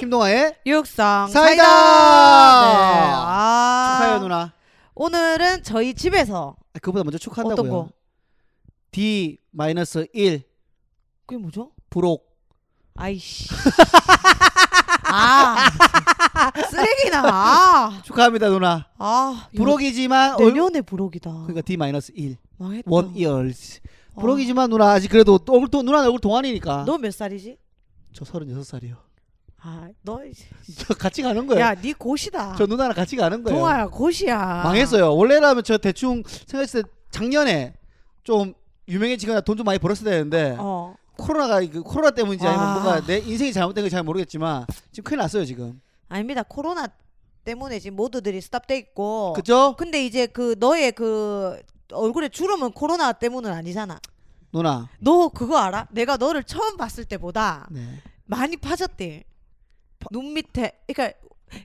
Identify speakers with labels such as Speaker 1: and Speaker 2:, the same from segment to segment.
Speaker 1: 한동화의
Speaker 2: 육성 사이다.
Speaker 1: 사이다!
Speaker 2: 네. 아.
Speaker 1: 축하해요 누나.
Speaker 2: 오늘은 저희 집에서
Speaker 1: 아, 그보다 먼저 축한다고요.
Speaker 2: 어떤 거?
Speaker 1: D 마이너스 1
Speaker 2: 그게 뭐죠?
Speaker 1: 부록.
Speaker 2: 아이씨. 아 쓰레기나.
Speaker 1: 축하합니다 누나.
Speaker 2: 아
Speaker 1: 부록이지만
Speaker 2: 이거
Speaker 1: 얼-
Speaker 2: 내년에 부록이다.
Speaker 1: 그러니까 D 마이너스 1
Speaker 2: 망했다.
Speaker 1: 원 이얼스. 부록이지만 누나 아직 그래도 또 얼굴 또 누나 얼굴 동안이니까.
Speaker 2: 어. 너 몇 살이지?
Speaker 1: 저 36살이요.
Speaker 2: 아너
Speaker 1: 저 같이 가는 거예요.
Speaker 2: 야, 네 곳이다.
Speaker 1: 저 누나랑 같이 가는 거예요.
Speaker 2: 동아야, 곳이야.
Speaker 1: 망했어요. 원래라면 저 대충 생각했을 때 작년에 좀 유명해지거나 돈 좀 많이 벌었어야 되는데
Speaker 2: 어.
Speaker 1: 코로나가 그 코로나 때문인지 아니면
Speaker 2: 아.
Speaker 1: 뭔가 내 인생이 잘못된 건지 잘 모르겠지만 지금 큰일 났어요 지금.
Speaker 2: 아닙니다. 코로나 때문에 지금 모두들이 스탑돼 있고.
Speaker 1: 그죠?
Speaker 2: 근데 이제 그 너의 그 얼굴에 주름은 코로나 때문은 아니잖아.
Speaker 1: 네. 누나.
Speaker 2: 너 그거 알아? 내가 너를 처음 봤을 때보다
Speaker 1: 네.
Speaker 2: 많이 파졌대. 눈 밑에. 그러니까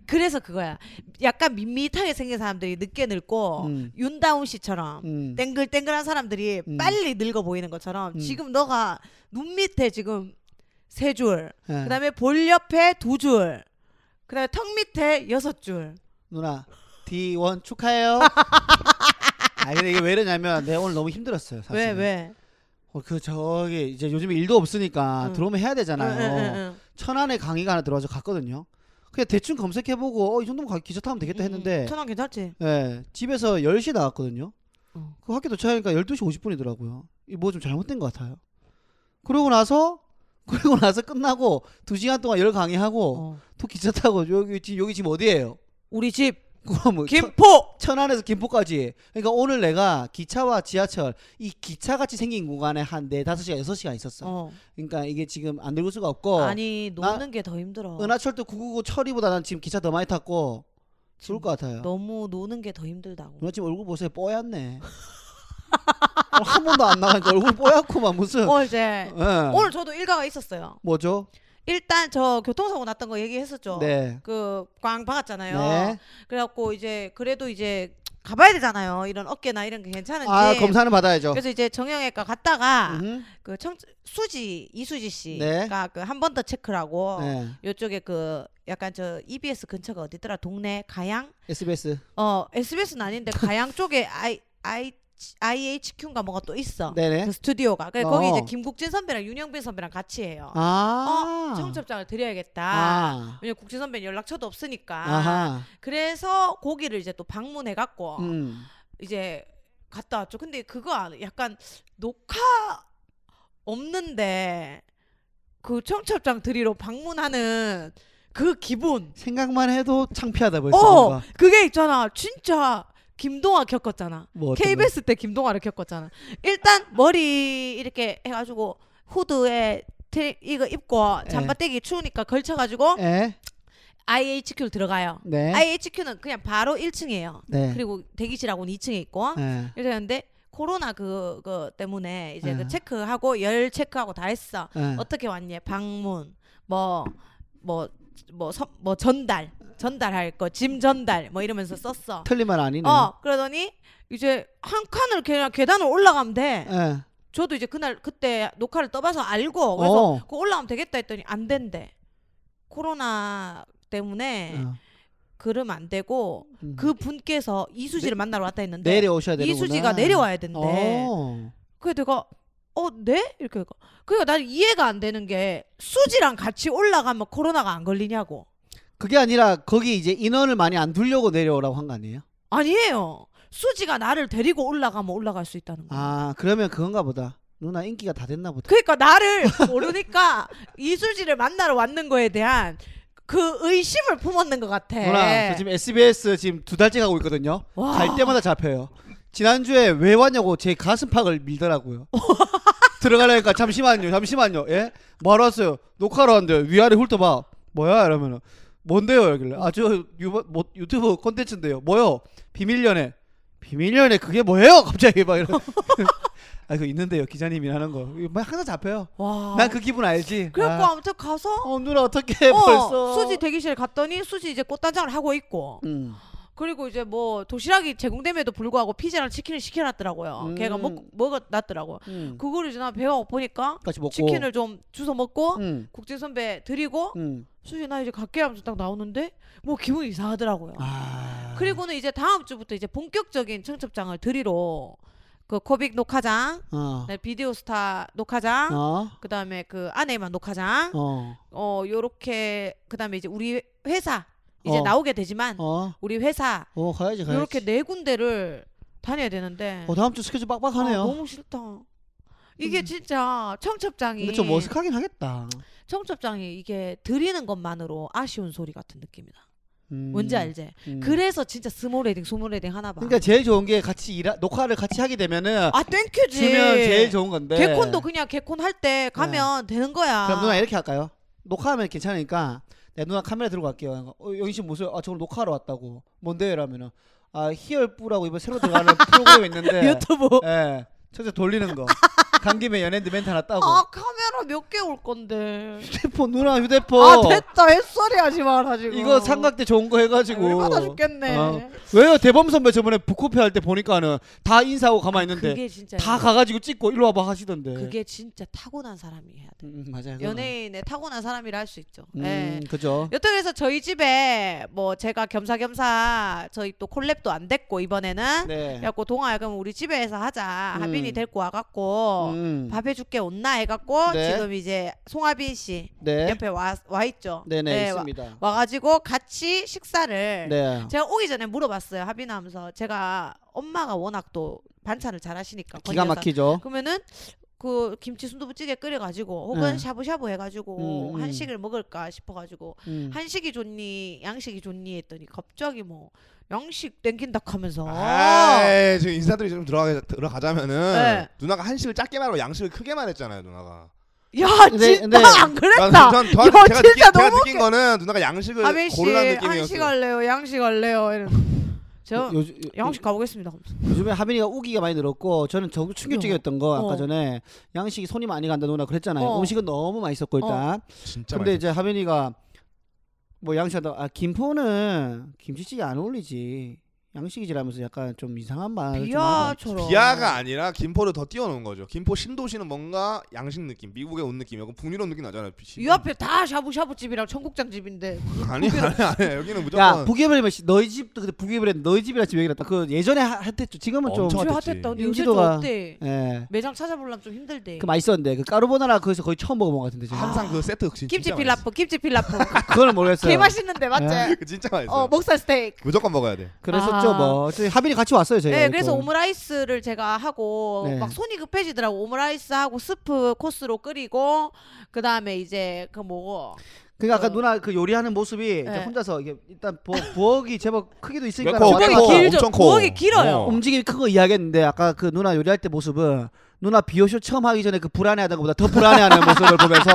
Speaker 2: 그래서 그거야. 약간 밋밋하게 생긴 사람들이 늦게 늙고
Speaker 1: 음.
Speaker 2: 윤다운 씨처럼
Speaker 1: 음.
Speaker 2: 땡글땡글한 사람들이
Speaker 1: 음.
Speaker 2: 빨리 늙어 보이는 것처럼
Speaker 1: 음.
Speaker 2: 지금 너가 눈 밑에 지금 세 줄,
Speaker 1: 네.
Speaker 2: 그다음에 볼 옆에 두 줄, 그다음에 턱 밑에 여섯 줄.
Speaker 1: 누나 D1 축하해요. 아 근데 이게 왜 이러냐면 내가 오늘 너무 힘들었어요. 사실.
Speaker 2: 왜 왜?
Speaker 1: 어, 그 저기 이제 요즘에 일도 없으니까
Speaker 2: 응.
Speaker 1: 들어오면 해야 되잖아요.
Speaker 2: 응, 응, 응, 응.
Speaker 1: 천안에 강의가 하나 들어와서 갔거든요. 그냥 대충 검색해보고 어, 이 정도면 가- 기차 타면 되겠다 했는데
Speaker 2: 음, 천안 괜찮지?
Speaker 1: 예, 집에서 10시 나왔거든요.
Speaker 2: 어.
Speaker 1: 그 학교 도착하니까 12시 50분이더라고요. 뭐 좀 잘못된 것 같아요. 그러고 나서 그러고 나서 끝나고 2시간 동안 열 강의하고
Speaker 2: 어.
Speaker 1: 또 기차 타고 여기 지금 여기 지금 어디예요?
Speaker 2: 우리 집
Speaker 1: 그럼 뭐 천-
Speaker 2: 김포.
Speaker 1: 천안에서 김포까지. 그러니까 오늘 내가 기차와 지하철 이 기차 같이 생긴 공간에 한 네 다섯 시간 여섯 시간 있었어.
Speaker 2: 어.
Speaker 1: 그러니까 이게 지금 안 늙을 수가 없고
Speaker 2: 아니
Speaker 1: 어. 나-
Speaker 2: 노는 게 더 힘들어.
Speaker 1: 은하철도 999 철이보다 난 지금 기차 더 많이 탔고 좋을 것 같아요.
Speaker 2: 너무 노는 게 더 힘들다고.
Speaker 1: 누나 지금 얼굴 보세요 뽀얗네 오늘 한 번도 안 나가니까 얼굴 뽀얗고만 무슨
Speaker 2: 어 이제
Speaker 1: 예.
Speaker 2: 오늘 저도 일가가 있었어요.
Speaker 1: 뭐죠?
Speaker 2: 일단 저 교통사고 났던 거 얘기했었죠.
Speaker 1: 네.
Speaker 2: 그 꽝 박았잖아요.
Speaker 1: 네.
Speaker 2: 그래갖고 이제 그래도 이제 가봐야 되잖아요. 이런 어깨나 이런 게 괜찮은지.
Speaker 1: 아 검사는 받아야죠.
Speaker 2: 그래서 이제 정형외과 갔다가
Speaker 1: 음흠.
Speaker 2: 그 청 수지 이수지 씨가
Speaker 1: 네.
Speaker 2: 그 한 번 더 체크라고
Speaker 1: 네.
Speaker 2: 요쪽에 그 약간 저 EBS 근처가 어디더라 동네 가양
Speaker 1: SBS.
Speaker 2: 어 SBS는 아닌데 가양 쪽에 I I IHQ인가 뭐가 또 있어.
Speaker 1: 네네.
Speaker 2: 그 스튜디오가. 그래
Speaker 1: 어.
Speaker 2: 거기 이제 김국진 선배랑 윤영빈 선배랑 같이 해요.
Speaker 1: 아.
Speaker 2: 어, 청첩장을 드려야겠다.
Speaker 1: 아.
Speaker 2: 왜냐면 국진 선배는 연락처도 없으니까.
Speaker 1: 아하.
Speaker 2: 그래서 거기를 이제 또 방문해 갖고
Speaker 1: 음.
Speaker 2: 이제 갔다 왔죠. 근데 그거 알아? 약간 녹화 없는데 그 청첩장 드리러 방문하는 그 기분.
Speaker 1: 생각만 해도 창피하다 벌써.
Speaker 2: 어,
Speaker 1: 뭔가.
Speaker 2: 그게 있잖아. 진짜 김동아 겪었잖아.
Speaker 1: 뭐 어떤
Speaker 2: KBS 때 김동아를 겪었잖아. 일단 머리 이렇게 해가지고 후드에 테- 이거 입고
Speaker 1: 예.
Speaker 2: 잠바떼기 추우니까 걸쳐가지고
Speaker 1: 거. 예.
Speaker 2: IHQ를 들어가요.
Speaker 1: 네.
Speaker 2: IHQ는 그냥 바로 1층이에요.
Speaker 1: 네.
Speaker 2: 아, 예. 그리고 대기실하고는 2층에 있고
Speaker 1: 예.
Speaker 2: 이랬는데 코로나 그거 때문에 이제
Speaker 1: 예.
Speaker 2: 그 체크하고 열 체크하고 다 했어.
Speaker 1: 예.
Speaker 2: 어떻게 왔니? 방문 뭐, 뭐뭐뭐뭐 전달 전달할 거 짐 전달 뭐 이러면서 썼어.
Speaker 1: 틀린 말 아니네.
Speaker 2: 어 그러더니 이제 한 칸을 그냥 계단을 올라가면 돼.
Speaker 1: 예.
Speaker 2: 저도 이제 그날 그때 녹화를 떠봐서 알고 그래서
Speaker 1: 어.
Speaker 2: 그거 올라가면 되겠다 했더니 안 된대. 코로나 때문에
Speaker 1: 어.
Speaker 2: 그럼 안 되고
Speaker 1: 음.
Speaker 2: 네.
Speaker 1: 네,
Speaker 2: 그 분께서 이수지를 만나러 왔다 했는데
Speaker 1: 내려오셔야 되는구나.
Speaker 2: 이수지가 내려와야 된대.
Speaker 1: 어.
Speaker 2: 그래 내가 어 네? 이렇게 하니까 그러니까 난 이해가 안 되는 게 수지랑 같이 올라가면 코로나가 안 걸리냐고.
Speaker 1: 그게 아니라 거기 이제 인원을 많이 안 두려고 내려오라고 한 거 아니에요?
Speaker 2: 아니에요. 수지가 나를 데리고 올라가면 올라갈 수 있다는 거야.
Speaker 1: 아 그러면 그건가 보다 누나 인기가 다 됐나 보다
Speaker 2: 그러니까 나를 모르니까 이수지를 만나러 왔는 거에 대한 그 의심을 품었는 것 같아.
Speaker 1: 누나 저 지금 SBS 지금 두 달째 가고 있거든요
Speaker 2: 와.
Speaker 1: 그 갈 때마다 잡혀요 지난주에 왜 왔냐고 제 가슴팍을 밀더라고요 들어가려니까 잠시만요 잠시만요 예? 뭐하러 왔어요 녹화하러 왔는데 위아래 훑어봐 뭐야 이러면은 뭔데요 여길래 아저 뭐, 유튜브 콘텐츠인데요 뭐요 비밀연애 비밀연애 그게 뭐예요 갑자기 막 이러 아 그거 있는데요 기자님이 하는 거 이거 막 항상 잡혀요
Speaker 2: 와.
Speaker 1: 난 그 기분 알지
Speaker 2: 아. 그래갖고
Speaker 1: 아.
Speaker 2: 아. 무튼 가서
Speaker 1: 어 누나 어떻게 벌써
Speaker 2: 수지 대기실 갔더니 수지 이제 꽃단장을 하고 있고
Speaker 1: 음.
Speaker 2: 그리고 이제 뭐 도시락이 제공됨에도 불구하고 피자랑 치킨을 시켜놨더라고요.
Speaker 1: 음.
Speaker 2: 걔가 먹 먹어놨더라고.
Speaker 1: 음.
Speaker 2: 그거를 이제 나 배가 고프니까
Speaker 1: 같이 먹고
Speaker 2: 치킨을 좀 주워 먹고
Speaker 1: 음.
Speaker 2: 국진 선배 드리고
Speaker 1: 음.
Speaker 2: 수지 나 이제 갈게 하면서 딱 나오는데 뭐 기분이 이상하더라고요.
Speaker 1: 아.
Speaker 2: 그리고는 이제 다음 주부터 이제 본격적인 청첩장을 드리러 그 코빅 녹화장,
Speaker 1: 어.
Speaker 2: 네, 비디오스타 녹화장,
Speaker 1: 어.
Speaker 2: 그 다음에 그 아내만 녹화장,
Speaker 1: 어.
Speaker 2: 어 요렇게 그 다음에 이제 우리 회사 이제
Speaker 1: 어.
Speaker 2: 나오게 되지만
Speaker 1: 어.
Speaker 2: 우리 회사
Speaker 1: 어, 가야지 가야지.
Speaker 2: 요렇게 네 군데를 다녀야 되는데
Speaker 1: 어, 다음 주 스케줄 빡빡하네요. 음.
Speaker 2: 아, 너무 싫다. 이게 진짜 청첩장이
Speaker 1: 근데 좀 어색하긴 하겠다.
Speaker 2: 청첩장이 이게 드리는 것만으로 아쉬운 소리 같은 느낌이다.
Speaker 1: 음.
Speaker 2: 뭔지 알지?
Speaker 1: 음.
Speaker 2: 그래서 진짜 스몰 레딩, 스몰 레딩 하나 봐.
Speaker 1: 그러니까 제일 좋은 게 같이 일하, 녹화를 같이 하게 되면은
Speaker 2: 아 땡큐지.
Speaker 1: 주면 제일 좋은 건데.
Speaker 2: 개콘도 그냥 아. 개콘 할 때 가면 되는 거야. 네.
Speaker 1: 그럼 누나 이렇게 할까요? 녹화하면 괜찮으니까 내 누나 카메라 들고 갈게요. 어, 영희 씨 무슨? 아, 저 오늘 녹화하러 왔다고. 뭔데요? 라면은 아, 히얼뿌라고 이번 새로 들어가는 프로그램 있는데.
Speaker 2: 유튜브.
Speaker 1: 예. 천재 돌리는 거. 간 김에 연예인들 멘트 하나 따고.
Speaker 2: 아 카메라 몇 개 올 건데.
Speaker 1: 휴대폰 누나 휴대폰.
Speaker 2: 아 됐다 햇소리 하지 마라 지금.
Speaker 1: 어. 이거 삼각대 좋은 거 해가지고.
Speaker 2: 얼마나 죽겠네.
Speaker 1: 어. 왜요? 대범 선배 저번에 북코페 할 때 보니까는 다 인사하고 가만히 있는데
Speaker 2: 아, 그게 진짜
Speaker 1: 다 가가지고 찍고 일로 와봐 하시던데.
Speaker 2: 그게 진짜 타고난 사람이 해야 돼.
Speaker 1: 음, 음, 맞아요. 그거는.
Speaker 2: 연예인의 타고난 사람이라 할 수 있죠.
Speaker 1: 음,
Speaker 2: 예.
Speaker 1: 그죠.
Speaker 2: 여튼 그래서 저희 집에 뭐 제가 겸사겸사 저희 또 콜랩도 안 됐고 이번에는
Speaker 1: 네.
Speaker 2: 그래갖고 동아야 그럼 우리 집에서 하자
Speaker 1: 음.
Speaker 2: 하빈이 데리고 와갖고
Speaker 1: 음.
Speaker 2: 밥 해줄게 온나 해갖고
Speaker 1: 네.
Speaker 2: 지금 이제 송하빈 씨
Speaker 1: 네.
Speaker 2: 옆에 와, 와 있죠
Speaker 1: 네네
Speaker 2: 네, 와,
Speaker 1: 있습니다.
Speaker 2: 와가지고 같이 식사를
Speaker 1: 네.
Speaker 2: 제가 오기 전에 물어봤어요 하빈아 하면서 제가 엄마가 워낙 또 반찬을 잘 하시니까
Speaker 1: 기가
Speaker 2: 권여사.
Speaker 1: 막히죠.
Speaker 2: 그러면은 그 김치 순두부찌개 끓여가지고 혹은
Speaker 1: 네.
Speaker 2: 샤브샤브 해가지고
Speaker 1: 음, 음.
Speaker 2: 한식을 먹을까 싶어가지고
Speaker 1: 음.
Speaker 2: 한식이 좋니 양식이 좋니 했더니 갑자기 뭐 양식 땡긴다 하면서
Speaker 3: 아이, 지금 인사들이 좀 들어가, 들어가자면은
Speaker 2: 네.
Speaker 3: 누나가 한식을 작게 말하고 양식을 크게 말했잖아요 누나가
Speaker 2: 야
Speaker 1: 근데-
Speaker 2: 진짜
Speaker 1: 근데-
Speaker 2: 안 그랬다
Speaker 3: 전,
Speaker 2: 야,
Speaker 3: 제가,
Speaker 2: 진짜
Speaker 3: 느낀, 제가
Speaker 2: 너무
Speaker 3: 느낀 거는 누나가 양식을
Speaker 2: 아멘 씨
Speaker 3: 고르라는
Speaker 2: 한식
Speaker 3: 느낌이었어요 그
Speaker 2: 할래요 양식 할래요 이러면서 저
Speaker 1: 요- 요-
Speaker 2: 양식 가보겠습니다 하면서
Speaker 1: 요즘에 하빈이가 우기가 많이 늘었고 저는 저 충격적이었던 거 아까
Speaker 2: 어.
Speaker 1: 전에 양식이 손이 많이 간다 누나 그랬잖아요.
Speaker 2: 어.
Speaker 1: 음식은 너무 맛있었고 일단
Speaker 3: 진짜
Speaker 1: 근데
Speaker 3: 근데
Speaker 1: 이제 하빈이가 뭐 양식하다 아 김포는 김치찌개 안 어울리지 양식이지라면서 약간 좀 이상한 말을 좀 하고.
Speaker 2: 비아처럼
Speaker 3: 비아가 아니라 김포를 더 띄워놓은 거죠 김포 신도시는 뭔가 양식 느낌 미국의 온 느낌 약간 북유럽 느낌 나잖아요
Speaker 2: 이 앞에 다 샤브샤브 집이랑 청국장 집인데
Speaker 3: 아니 아니 아니 여기는
Speaker 1: 야
Speaker 3: 무조건
Speaker 1: 북이브레면 너희 집도 근데 북이브레 너희 집이라 집얘기했다그 예전에 하- 핫했죠. 지금은 좀
Speaker 3: 엄청
Speaker 2: 집에
Speaker 3: 똑같았지.
Speaker 2: 핫했다 근데 요새 좀
Speaker 1: 인지도가-
Speaker 2: 어때
Speaker 1: 예.
Speaker 2: 매장 찾아보려면 좀 힘들대
Speaker 1: 그 맛있었는데 그 까르보나라 거기서 거의 처음 먹어본 것 같은데 제가.
Speaker 3: 항상 그 세트 진짜
Speaker 2: 아, 김치
Speaker 3: 맛있어.
Speaker 2: 필라프 김치 필라프
Speaker 1: 그거는
Speaker 2: 아,
Speaker 1: 모르겠어요.
Speaker 2: 개 맛있는데 맞지
Speaker 1: 네.
Speaker 3: 그 진짜 맛있어
Speaker 2: 어
Speaker 3: 요
Speaker 2: 목살 스테이크
Speaker 3: 무조건 먹어야 돼
Speaker 2: 아.
Speaker 1: 그랬었죠 뭐. 저희 하빈이 같이 왔어요 저희가.
Speaker 2: 네, 그래서
Speaker 1: 또.
Speaker 2: 오므라이스를 제가 하고
Speaker 1: 네.
Speaker 2: 막 손이 급해지더라고. 오므라이스하고 스프 코스로 끓이고 그다음에 이제 그 뭐고.
Speaker 1: 그러니까 아까
Speaker 2: 어.
Speaker 1: 누나 그 요리하는 모습이 이제
Speaker 2: 네.
Speaker 1: 왔다 갔다 하고. 이게 일단 부엌이 제법 크기도 있으니까
Speaker 3: 몇 코,
Speaker 2: 부엌이
Speaker 3: 몇 코,
Speaker 2: 그러니까 길죠.
Speaker 3: 엄청 커.
Speaker 2: 부엌이 길어요.
Speaker 3: 어.
Speaker 1: 움직임이 큰 거 이야기했는데 아까 그 누나 요리할 때 모습은 누나 비오쇼 처음 하기 전에 그 불안해하던 것보다 더 불안해하는 모습을 보면서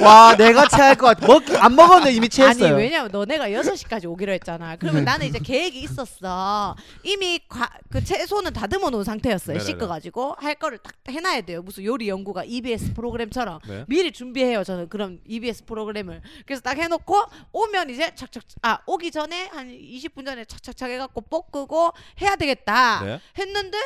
Speaker 1: 와 내가 체할 것 같아 먹, 안 먹었는데 이미
Speaker 2: 아니
Speaker 1: 체했어요 네.
Speaker 2: 왜냐면 너네가 6시까지 오기로 했잖아. 그러면 나는 이제 계획이 있었어. 이미 과, 그 채소는 다듬어 놓은 상태였어요.
Speaker 3: 네네네.
Speaker 2: 씻어 가지고 할 거를 딱 해놔야 돼요. 무슨 요리 연구가 EBS 프로그램처럼
Speaker 3: 네.
Speaker 2: 미리 준비해요. 저는 그런 EBS 프로그램을. 그래서 딱 해놓고 오면 이제 착착 아 오기 전에 한 20분 전에 착착착 해갖고 볶고 해야 되겠다.
Speaker 3: 네.
Speaker 2: 했는데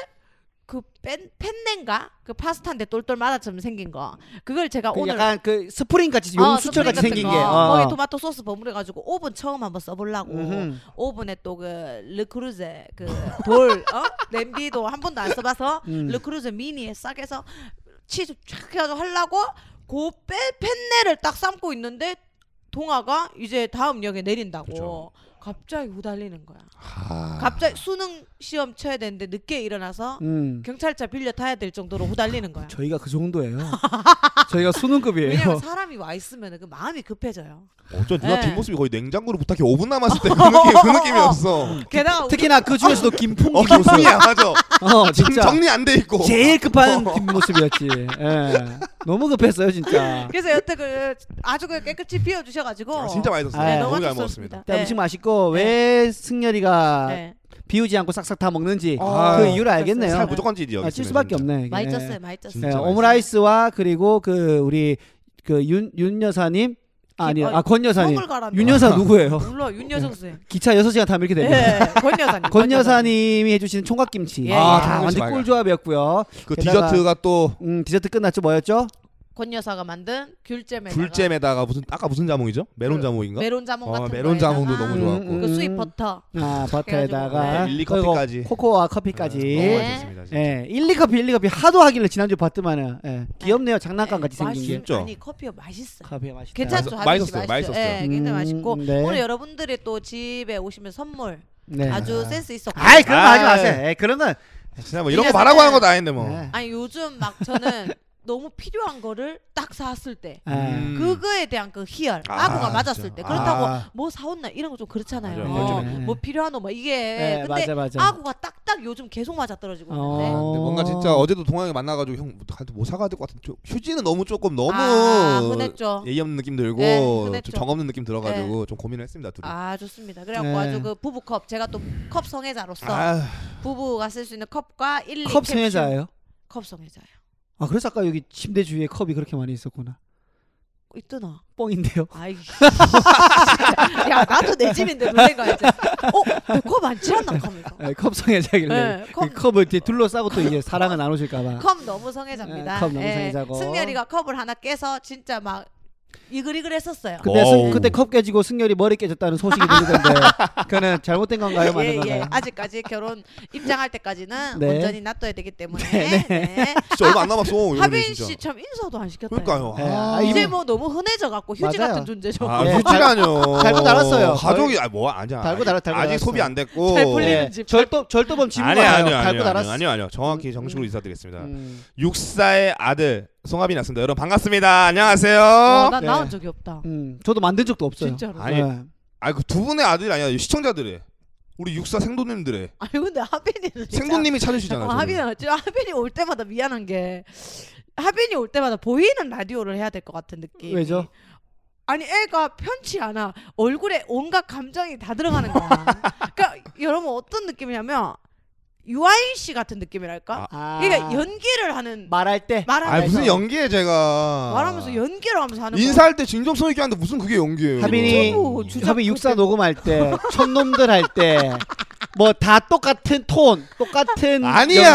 Speaker 2: 그 펜, 펜넨가 그 파스타인데 똘똘 마다처럼 생긴 거 그걸 제가
Speaker 1: 그
Speaker 2: 오늘
Speaker 1: 약간 그 스프링 같이 용수철 같이
Speaker 2: 선생님
Speaker 1: 생긴
Speaker 2: 아, 같은
Speaker 1: 게
Speaker 2: 거.
Speaker 1: 어.
Speaker 2: 거기 토마토 소스 버무려가지고 오븐 처음 한번 써보려고
Speaker 1: 음흠.
Speaker 2: 오븐에 또 그 르크루제 그 돌 어? 냄비도 한 번도 안 써봐서
Speaker 1: 음.
Speaker 2: 르크루제 미니에 싸게 해서 치즈 쫙 해가지고 하려고 그 펜- 펜네를 딱 삶고 있는데 동아가 이제 다음 역에 내린다고
Speaker 3: 그죠.
Speaker 2: 갑자기 후달리는 거야
Speaker 3: 하...
Speaker 2: 갑자기 수능 시험 쳐야 되는데 늦게 일어나서
Speaker 1: 아. 음.
Speaker 2: 경찰차 빌려 타야 될 정도로 후달리는 거야.
Speaker 1: 저희가 그 정도예요 저희가 수능급이에요
Speaker 2: 왜냐면 사람이 와 있으면 그 마음이 급해져요.
Speaker 3: 어쩐
Speaker 2: 네.
Speaker 3: 누나 뒷모습이 거의 냉장고를 부탁해 5분 남았을 때 그 느낌 그 느낌이었어
Speaker 2: 게다가 아, 우리
Speaker 1: 특히나 그 중에서도 김풍기
Speaker 3: 어
Speaker 1: 모습
Speaker 3: 김풍이야 맞아
Speaker 1: 어
Speaker 3: 지금
Speaker 1: 진짜
Speaker 3: 정리 안 돼 있고
Speaker 1: 제일 급한
Speaker 2: 어.
Speaker 1: 뒷모습이었지. 예. 너무 급했어요, 진짜.
Speaker 2: 그래서 여태 그 아주 그 깨끗이 비워 주셔가지고
Speaker 3: 아, 진짜 맛있었어요.
Speaker 1: 아, 네,
Speaker 3: 너무 잘
Speaker 2: 어쩔 수
Speaker 3: 먹었습니다.
Speaker 2: 없습니다.
Speaker 1: 일단 음식 맛있고 왜 승열이가
Speaker 2: 네.
Speaker 1: 비우지 않고 싹싹 다 먹는지
Speaker 3: 아,
Speaker 1: 그 이유를 알겠네요.
Speaker 2: 네.
Speaker 3: 살 무조건 찌지 여기.
Speaker 1: 아, 찔 수밖에 없네. 이게.
Speaker 2: 많이
Speaker 1: 예.
Speaker 2: 쪘어요, 많이 쪘어요.
Speaker 1: 예,
Speaker 3: 진짜
Speaker 1: 오므라이스와 그리고 그 우리 그 윤 윤 여사님 아, 아니
Speaker 2: 아,
Speaker 1: 아권 여사님
Speaker 2: 속을 가라앉혀.
Speaker 1: 윤 여사 누구예요?
Speaker 2: 물론 윤 여성 선생.
Speaker 1: 기차 6시간 타면 이렇게 됩니다.
Speaker 2: 예, 권 여사님.
Speaker 1: 네. 권 여사님이 해주시는 총각김치.
Speaker 2: 예,
Speaker 1: 아,
Speaker 2: 예.
Speaker 1: 다 완전
Speaker 3: 아,
Speaker 1: 꿀조합이었고요.
Speaker 3: 그
Speaker 1: 게다가-
Speaker 3: 디저트가 또
Speaker 1: 음, 디저트 끝났죠? 뭐였죠?
Speaker 2: 권 여사가 만든 귤잼에다가
Speaker 3: 굴잼에다가 무슨 아까 무슨 자몽이죠? 메론
Speaker 2: 그
Speaker 3: 자몽인가?
Speaker 2: 메론 자몽
Speaker 3: 어,
Speaker 2: 같은
Speaker 3: 메론
Speaker 2: 거에다가
Speaker 3: 자몽도 너무 좋았고.
Speaker 1: 음,
Speaker 2: 그 수입 버터
Speaker 1: 아
Speaker 2: 해가지고,
Speaker 1: 버터에다가
Speaker 3: 네. 일리
Speaker 1: 그리고
Speaker 3: 커피까지.
Speaker 1: 코코아 커피까지
Speaker 3: 아, 너무
Speaker 2: 네.
Speaker 3: 맛있었습니다. 진짜.
Speaker 1: 예, 일리 커피, 일리 커피 하도 하길래 지난주 봤더만은 예, 귀엽네요 장난감 같이 생긴
Speaker 2: 맛있-
Speaker 1: 게.
Speaker 3: 진짜.
Speaker 2: 아니 커피가 맛있어요.
Speaker 1: 커피 맛있다.
Speaker 2: 괜찮죠?
Speaker 3: 맛있-
Speaker 2: 아저씨
Speaker 3: 맛있었어요,
Speaker 2: 맛있죠?
Speaker 3: 맛있었어요.
Speaker 2: 예, 굉장히
Speaker 1: 음,
Speaker 2: 맛있고
Speaker 1: 네.
Speaker 2: 오늘 여러분들이 또 집에 오시면 선물
Speaker 1: 네.
Speaker 2: 아주 센스 있었고.
Speaker 1: 아이 그런 거 하지
Speaker 3: 아이.
Speaker 1: 마세요. 예, 그런 건
Speaker 3: 진짜 뭐 이런 거 말하고
Speaker 2: 네.
Speaker 3: 하는 것도 아닌데 뭐.
Speaker 1: 예.
Speaker 2: 아니 요즘 막 저는 너무 필요한 거를 딱 사왔을 때
Speaker 1: 예.
Speaker 3: 음.
Speaker 2: 그거에 대한 그 희열
Speaker 3: 아,
Speaker 2: 아구가 맞았을
Speaker 3: 진짜.
Speaker 2: 때 그렇다고
Speaker 1: 그렇죠. 아.
Speaker 2: 뭐 사온나 이런 거 좀 그렇잖아요.
Speaker 3: 맞아요.
Speaker 1: 요즘에.
Speaker 2: 뭐 필요하노 뭐 이게
Speaker 1: 예,
Speaker 2: 근데
Speaker 1: 맞아 맞아.
Speaker 2: 아구가 딱딱 요즘 계속 맞아 떨어지고
Speaker 3: 아,
Speaker 2: 있는데.
Speaker 1: 어.
Speaker 3: 근데 뭔가 진짜 어제도 동양에 만나가지고 형 한테 뭐 사가야 될 것 같은 휴지는 너무 조금 너무
Speaker 2: 아, 흔했죠.
Speaker 3: 예의 없는 느낌
Speaker 2: 네,
Speaker 3: 들고
Speaker 2: 흔했죠. 네.
Speaker 3: 좀 정 없는 느낌 들어가지고 좀 고민을 했습니다 둘이.
Speaker 2: 아 좋습니다. 그래갖고
Speaker 1: 네.
Speaker 2: 아주 그 부부 컵 제가 또 컵 성애자로서
Speaker 3: 아,
Speaker 2: 부부가 쓸 수 있는 컵과 1, 2
Speaker 1: 컵 생애자예요.
Speaker 2: 컵 성애자예요.
Speaker 1: 아 그래서 아까 여기 침대 주위에 컵이 그렇게 많이 있었구나.
Speaker 2: 어, 있더나.
Speaker 1: 뻥인데요.
Speaker 2: 아이. 야 나도 내 집인데 놀래가 이제. 어내컵 많지 않나 컵에서.
Speaker 1: 예, 컵 성애자길래
Speaker 2: 네,
Speaker 1: 그
Speaker 2: 컵,
Speaker 1: 컵을 이렇게 둘러싸고 또 이제 사랑은 안 오실까봐.
Speaker 2: 컵 너무 성애자입니다.
Speaker 1: 예, 컵 너무 성애자고.
Speaker 2: 승렬이가 컵을 하나 깨서 진짜 막 이글이글했었어요.
Speaker 1: 그때 승,
Speaker 3: 와우.
Speaker 1: 그때 컵 깨지고 승열이 머리 깨졌다는 소식이 들리던데 그는 잘못된 건가요, 맞는
Speaker 2: 예, 예.
Speaker 1: 건가요?
Speaker 2: 아직까지 결혼 입장할 때까지는
Speaker 1: 네.
Speaker 2: 온전히 놔둬야 되기 때문에 네,
Speaker 3: 진짜 얼마 안 남았어. 이거는
Speaker 2: 하빈
Speaker 3: 진짜.
Speaker 2: 씨 참 인사도 안 시켰다.
Speaker 3: 그러니까요.
Speaker 1: 예,
Speaker 3: 아,
Speaker 1: 아, 이분-
Speaker 2: 이제 뭐 너무 흔해져 갖고 휴지
Speaker 1: 맞아요.
Speaker 2: 같은 존재죠. 어,
Speaker 3: 아,
Speaker 1: 예.
Speaker 3: 휴지라뇨.
Speaker 1: 달고 달았어요. 네,
Speaker 3: 가족이 아, 뭐 아니야.
Speaker 1: 달고 달아- 달고
Speaker 3: 아직
Speaker 1: 달았어요.
Speaker 3: 소비 안 됐고.
Speaker 2: 잘 불리는
Speaker 1: 예,
Speaker 2: 집.
Speaker 1: 절도 절도범 지문
Speaker 3: 아니요
Speaker 1: 같아요.
Speaker 3: 아니요
Speaker 1: 달고
Speaker 3: 아니요
Speaker 1: 달았어.
Speaker 3: 아니요 아니요 정확히 정식으로 인사드리겠습니다.
Speaker 1: 음.
Speaker 3: 육사의 아들 송하빈 났습니다. 여러분 반갑습니다. 안녕하세요.
Speaker 2: 어, 난
Speaker 1: 네.
Speaker 2: 나온 적이 없다.
Speaker 1: 음, 저도 만든 적도 없어요.
Speaker 2: 진짜로.
Speaker 3: 아니.
Speaker 1: 예.
Speaker 3: 아 그 두 분의 아들이 아니야 시청자들의 우리 육사 생도님들의
Speaker 2: 아니 근데 하빈이는 진짜-
Speaker 3: 생도님이 찾으시잖아요.
Speaker 2: 어, 하빈은 진짜 하빈이 올 때마다 미안한 게 하빈이 올 때마다 보이는 라디오를 해야 될 것 같은 느낌.
Speaker 1: 왜죠?
Speaker 2: 아니 애가 편치 않아. 얼굴에 온갖 감정이 다 들어가는 거야. 그러니까 여러분 어떤 느낌이냐면 유아인 씨 같은 느낌이랄까.
Speaker 1: 아,
Speaker 2: 그러니까 연기를 하는
Speaker 1: 말할 때
Speaker 3: 아
Speaker 2: 말하면서
Speaker 3: 무슨 연기에
Speaker 1: 아.
Speaker 3: 제가
Speaker 2: 말하면서 연기를 하면서 하는
Speaker 3: 인사할 때 진정성 있게 하는데 무슨 그게 연기예요.
Speaker 1: 하빈이
Speaker 2: 너무 주작
Speaker 1: 하빈 육사
Speaker 2: 그때-
Speaker 1: 녹음할 때 촌놈들 할 때 뭐 다 똑같은 톤, 똑같은 연기.
Speaker 3: 아니야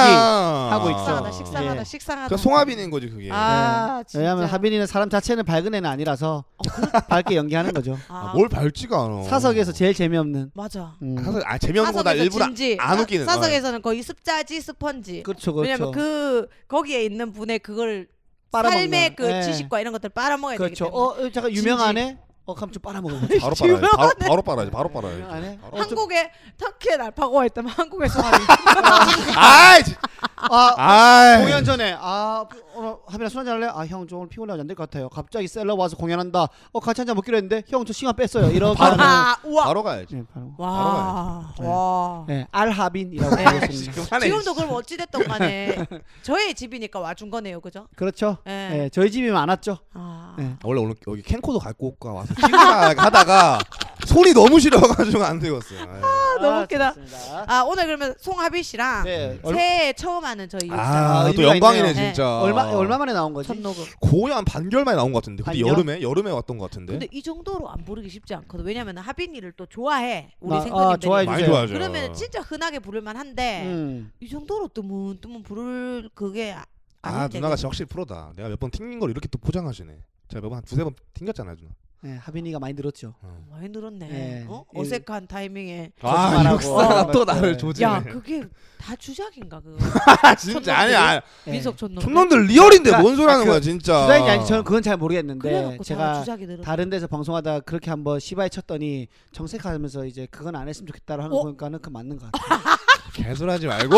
Speaker 1: 하고 있어.
Speaker 2: 식상하다
Speaker 1: 아,
Speaker 2: 식상하다
Speaker 1: 예.
Speaker 2: 식상하다.
Speaker 3: 그 송하빈인 거지 그게.
Speaker 2: 아
Speaker 1: 네.
Speaker 2: 진짜. 어,
Speaker 1: 왜냐하면 하빈이는 사람 자체는 밝은 애는 아니라서 밝게 연기하는 거죠.
Speaker 2: 아,
Speaker 3: 아, 뭘 밝지가 않아.
Speaker 1: 사석에서 제일 재미없는.
Speaker 2: 맞아.
Speaker 1: 음.
Speaker 3: 사석 아 재미없는 거다
Speaker 2: 사석에서
Speaker 3: 일부러
Speaker 2: 진지.
Speaker 3: 안 웃기는.
Speaker 2: 사- 사석에서는 거의 습자지 스펀지.
Speaker 1: 그렇죠, 그렇죠.
Speaker 2: 왜냐면 그 거기에 있는 분의 그걸
Speaker 1: 빨아먹는.
Speaker 2: 삶의 그
Speaker 1: 예.
Speaker 2: 지식과 이런 것들 을 빨아먹어야
Speaker 1: 그렇죠.
Speaker 2: 되기 때문에
Speaker 1: 어, 어, 잠깐 유명하네. 어, 그럼 좀 빨아먹어.
Speaker 3: 어, 바로 빨아야지. 바로, 바로 빨아야지. 바로 빨아야지.
Speaker 1: 유명하네.
Speaker 3: 바로.
Speaker 2: 한국에 터키에 알파고가 있다면 한국에 송아리
Speaker 3: 아이 진-
Speaker 1: 아,
Speaker 3: 아이.
Speaker 1: 공연 전에 아 오늘 하빈아 술 한잔 할래? 아형 저 오늘 피곤해 안될 것 같아요. 갑자기 셀럽 와서 공연한다. 어 같이 한잔 먹기로 했는데 형 저 시간 뺐어요. 이렇게
Speaker 3: 바로.
Speaker 1: 하는.
Speaker 2: 아 우와
Speaker 3: 바로 가야지.
Speaker 1: 네, 바로.
Speaker 2: 와,
Speaker 1: 네.
Speaker 2: 와.
Speaker 1: 네, 알하빈이라고
Speaker 2: 네.
Speaker 3: 아,
Speaker 1: 부르겠습니다.
Speaker 3: 그만해.
Speaker 2: 지금도 그럼 어찌 됐던 간에 저의 집이니까 와준 거네요 그죠?
Speaker 1: 그렇죠.
Speaker 2: 예.
Speaker 1: 네, 저희 집이 많았죠.
Speaker 2: 아.
Speaker 1: 네.
Speaker 3: 원래 오늘 여기 캔코더 갖고 올까 와서 찍으라 하다가 손이 너무 시려가지고 안 되었어요. 아이.
Speaker 2: 아 너무 웃기다
Speaker 1: 좋습니다.
Speaker 2: 아 오늘 그러면 송하빈 씨랑
Speaker 1: 네. 얼,
Speaker 2: 새해 처음 하는 저희 육사
Speaker 1: 아,
Speaker 3: 아, 또
Speaker 1: 의미가
Speaker 3: 영광이네
Speaker 1: 있네요.
Speaker 2: 네.
Speaker 3: 진짜.
Speaker 1: 얼마 얼마 만에 나온 거지? 네.
Speaker 2: 첫 녹음
Speaker 3: 거의 한 반개월 만에 나온 것 같은데. 근데
Speaker 1: 반년?
Speaker 3: 여름에 여름에 왔던 것 같은데.
Speaker 2: 근데 이 정도로 안 부르기 쉽지 않거든 왜냐면 하빈이를 또 좋아해
Speaker 1: 아,
Speaker 2: 우리
Speaker 1: 아,
Speaker 2: 생도님들이
Speaker 1: 좋아해
Speaker 3: 많이
Speaker 1: 해주세요.
Speaker 3: 좋아하죠.
Speaker 2: 그러면 진짜 흔하게 부를 만한데
Speaker 1: 음.
Speaker 2: 이 정도로 뜨문뜨문 부를 그게 아-
Speaker 3: 아
Speaker 2: 아닌데
Speaker 3: 누나가
Speaker 2: 그죠?
Speaker 3: 진짜 확실히 프로다. 내가 몇 번 튕긴 걸 이렇게 또 포장하시네. 제가 몇 번 두세 번 튕겼잖아요 누나.
Speaker 1: 네, 하빈이가 많이 늘었죠.
Speaker 2: 많이 늘었네.
Speaker 1: 예.
Speaker 2: 어?
Speaker 1: 예.
Speaker 2: 어색한 타이밍에.
Speaker 1: 거짓말하고.
Speaker 3: 아, 육사가 또
Speaker 1: 네.
Speaker 3: 나를
Speaker 2: 야
Speaker 3: 조지네.
Speaker 2: 그게 다 주작인가 그거.
Speaker 3: 아, 진짜 아니야. 아니야.
Speaker 1: 예.
Speaker 2: 민석 촌놈.
Speaker 3: 촌놈들 리얼인데 뭔 소리 하는
Speaker 1: 그
Speaker 3: 거야 진짜.
Speaker 1: 주작이 아니 저는 그건 잘 모르겠는데
Speaker 2: 그래갖고 네, 제가
Speaker 1: 제가
Speaker 2: 주작이 늘었.
Speaker 1: 다른 데서 방송하다 그렇게 한번 시바에 쳤더니 정색하면서 이제 그건 안 했으면 좋겠다라고 하는
Speaker 2: 어?
Speaker 1: 거니까는 그 맞는 것 같아요.
Speaker 3: 개소리하지 말고.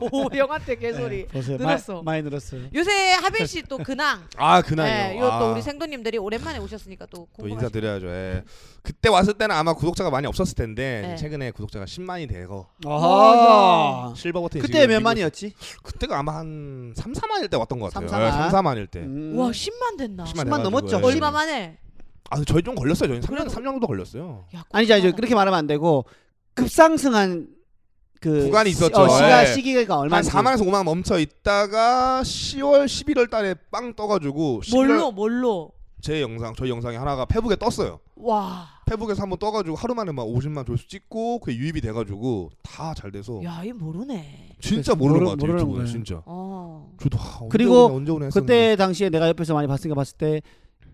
Speaker 2: 오 영한테 개소리.
Speaker 1: 네, 보세요.
Speaker 2: 늘었어.
Speaker 1: 마, 많이 늘었어요.
Speaker 2: 요새 하빈 씨 또 근황.
Speaker 3: 아 그날요.
Speaker 2: 네, 이거 또
Speaker 3: 아,
Speaker 2: 우리 생도님들이 오랜만에 오셨으니까 또
Speaker 3: 또
Speaker 2: 궁금하시.
Speaker 3: 인사드려야죠. 예. 그때 왔을 때는 아마 구독자가 많이 없었을 텐데
Speaker 2: 네.
Speaker 3: 최근에 구독자가 10만이 되고
Speaker 1: 아하.
Speaker 3: 실버 버튼
Speaker 1: 그때 몇 만이었지?
Speaker 3: 그때가 아마 한 3, 4만일 때 왔던 것 같아요.
Speaker 1: 3, 4만.
Speaker 3: 3, 4만일 때.
Speaker 1: 음.
Speaker 2: 와 10만 됐나? 네.
Speaker 1: 10만 넘었죠.
Speaker 3: 돼가지고, 예.
Speaker 2: 얼마 만에?
Speaker 3: 아, 저희 좀 걸렸어요. 저희 3년
Speaker 2: 그래도-
Speaker 3: 3년 정도 걸렸어요.
Speaker 2: 야,
Speaker 1: 아니죠, 아니죠.
Speaker 2: 꿀꿀하다.
Speaker 1: 그렇게 말하면 안 되고 급상승한 그
Speaker 3: 구간이
Speaker 1: 시-
Speaker 3: 있었죠.
Speaker 1: 어, 시가
Speaker 3: 예.
Speaker 1: 시기가 얼마?
Speaker 3: 한 4만에서 5만 멈춰 있다가 10월 11월 달에 빵 떠가지고 11월
Speaker 2: 뭘로 뭘로?
Speaker 3: 제 영상 저희 영상이 하나가 페북에 떴어요.
Speaker 2: 와.
Speaker 3: 페북에서 한번 떠가지고 하루 만에 막 50만 조회수 찍고 그게 유입이 돼가지고 다 잘 돼서 뭐.
Speaker 2: 야이 모르네.
Speaker 3: 진짜 모르는
Speaker 1: 모르-
Speaker 3: 것 같아요.
Speaker 1: 모르는
Speaker 3: 유튜브는
Speaker 1: 거예요.
Speaker 3: 진짜.
Speaker 2: 어.
Speaker 3: 저도 아, 언제
Speaker 1: 그리고
Speaker 3: 오냐, 언제 오냐 했었는데.
Speaker 1: 그때 당시에 내가 옆에서 많이 봤으니까 봤을 때